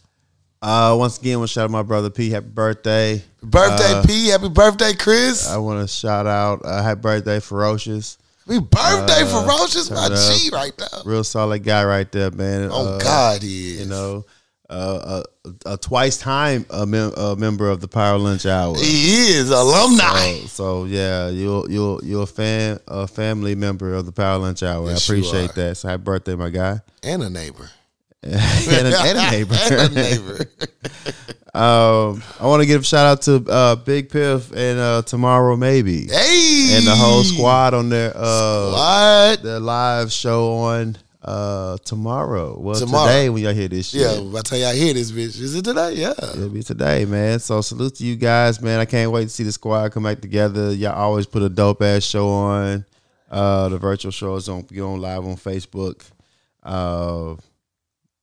Uh, once again, want to shout out my brother P. Happy birthday! Birthday Uh, P, happy birthday Chris. I want to shout out uh, Happy birthday, Ferocious. happy birthday uh, Ferocious, my turn up. G right now. Real solid guy right there, man. Oh Uh, God, he is. you know, uh, a, a twice time a, mem- a member of the Power Lunch Hour. he is alumni. So, so yeah, you're you're you're a fan, a family member of the Power Lunch Hour. Yes, I you appreciate are. that. So happy birthday, my guy, and a neighbor. and, a, and a neighbor. And a neighbor. um, I want to give a shout out to uh, Big Piff and uh, Tomorrow Maybe hey, and the whole squad on their uh, What? the live show on uh tomorrow. Well, Tomorrow. today when y'all hear this shit. Yeah, by the time y'all hear this bitch, is it today? Yeah. It'll be today, man. So salute to you guys, man. I can't wait to see the squad come back together. Y'all always put a dope ass show on. Uh the virtual show is on you on live on Facebook. Uh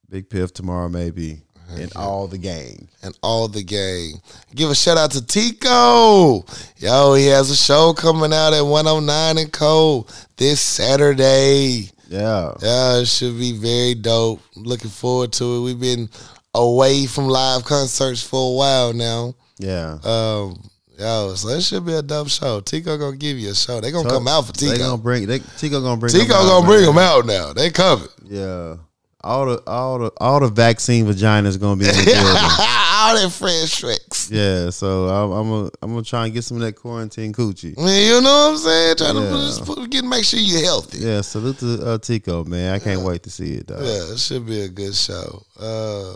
Big Piff tomorrow maybe. And all the gang. And all the gang. Give a shout out to Tico. Yo, he has a show coming out at 109 and Co. this Saturday. Yeah. Yeah, it should be very dope. Looking forward to it. We've been away from live concerts for a while now. Yeah. Um, yo, so it should be a dope show. Tico gonna give you a show. They gonna come out for Tico. They gonna bring they Tico gonna bring Tico them out, gonna man. bring them out now. They covered. Yeah. All the all the all the vaccine vaginas gonna be in the building. all that fresh tracks. Yeah, so I'm I'm gonna I'm gonna try and get some of that quarantine coochie. You know what I'm saying? Trying Yeah. to just put, get, make sure you're healthy. Yeah, salute to uh, Tico, man. I can't wait to see it though. Yeah, it should be a good show. Uh,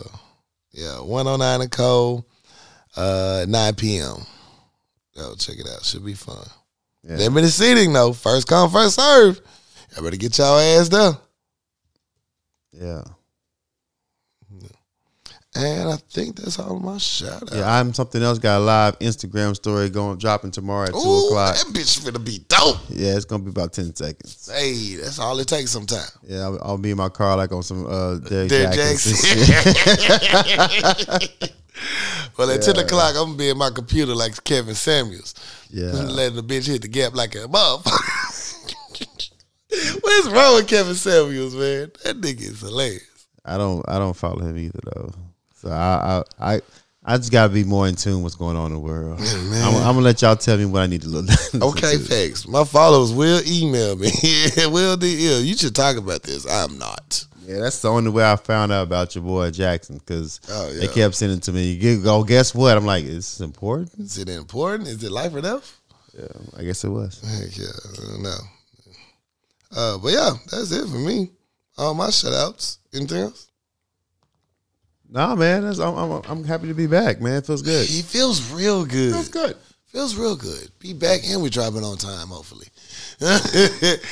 yeah, 109 and Cole, uh, 9 p.m. Go check it out. Should be fun. Yeah. Limited seating, though. First come, first serve. Y'all better get y'all ass there. Yeah, And I think that's all my shout out. yeah. I'm something else. Got a live Instagram story going dropping tomorrow at two Ooh, o'clock. that bitch finna be dope. Yeah, it's gonna be about ten seconds. Hey, that's all it takes sometimes. Yeah, I'll, I'll be in my car like on some uh, Derrick Derrick Jackson. Jackson. well, at 10 o'clock, I'm going to be in my computer like Kevin Samuels. Yeah. Letting the bitch hit the gap like a motherfucker. What's wrong with Kevin Samuels, man? That nigga is hilarious. I don't I don't follow him either though. So I I I, I just gotta be more in tune with what's going on in the world. I'm, I'm gonna let y'all tell me what I need to look. listen Okay, to. facts. My followers will email me. yeah, will DL. You should talk about this. I'm not. Yeah, that's the only way I found out about your boy Jackson because Oh, yeah. they kept sending it to me. You go, oh, guess what? I'm like, is this important? Is it important? Is it life or death? Yeah, I guess it was. Heck yeah, I don't know. Uh, but yeah, that's it for me. All my shout outs. Anything else? Nah, man, that's, I'm, I'm I'm happy to be back, man. It feels good. He feels real good. Feels good. Feels real good. Be back and we dropping on time, hopefully.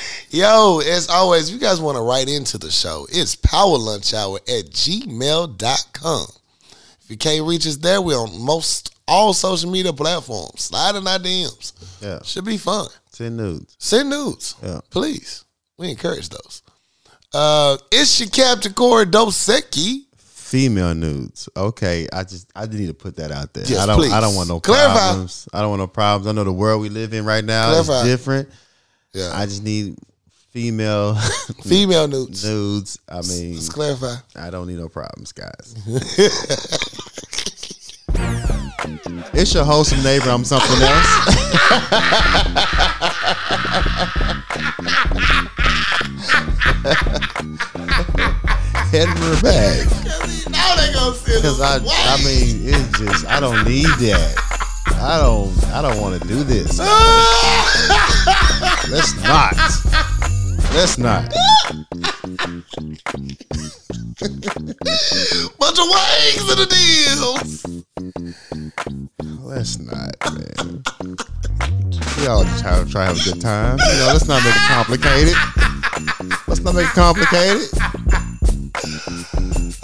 Yo, as always, if you guys want to write into the show, it's powerlunchhour at gmail.com. If you can't reach us there, we're on most all social media platforms. Slide in our DMs. Yeah, Should be fun. ten nudes. Send nudes. Yeah. Please. We encourage those. Uh, it's your Captain Corey Dosecki. Female nudes. Okay, I just I need to put that out there. Yes, I don't please. I don't want no Clarify. problems. I don't want no problems. I know the world we live in right now Clarify. is different. Yeah. I just need female Female nudes. nudes. I mean, Let's clarify. I don't need no problems, guys. it's your wholesome neighbor. I'm something else. Edinburgh bag. Now they gonna send Cause I, us I away. mean, it's just I don't need that. I don't, I don't want to do this. Let's not. Let's not. bunch of wings in the deal. Let's not, man. We all just try, try to have a good time. You know, let's not make it complicated. Let's not make it complicated.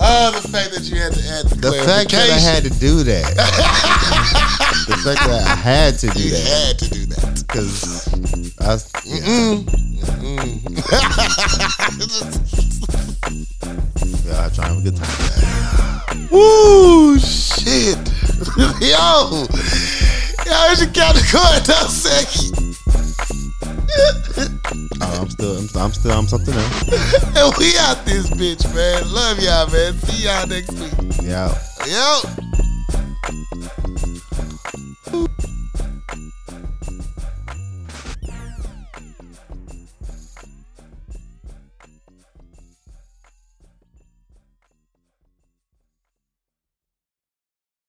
Oh, the fact that you had to add the, The fact that I had to do that. the fact that I had to do you that. had to do that. Because I, yeah, we all trying to have a good time. Woo, shit, yo, yo, it's your Captain Corey Dosecki, Oh, I'm still, I'm, I'm still, I'm something else. and we out this bitch, man. Love y'all, man. See y'all next week. Yeah. Yo.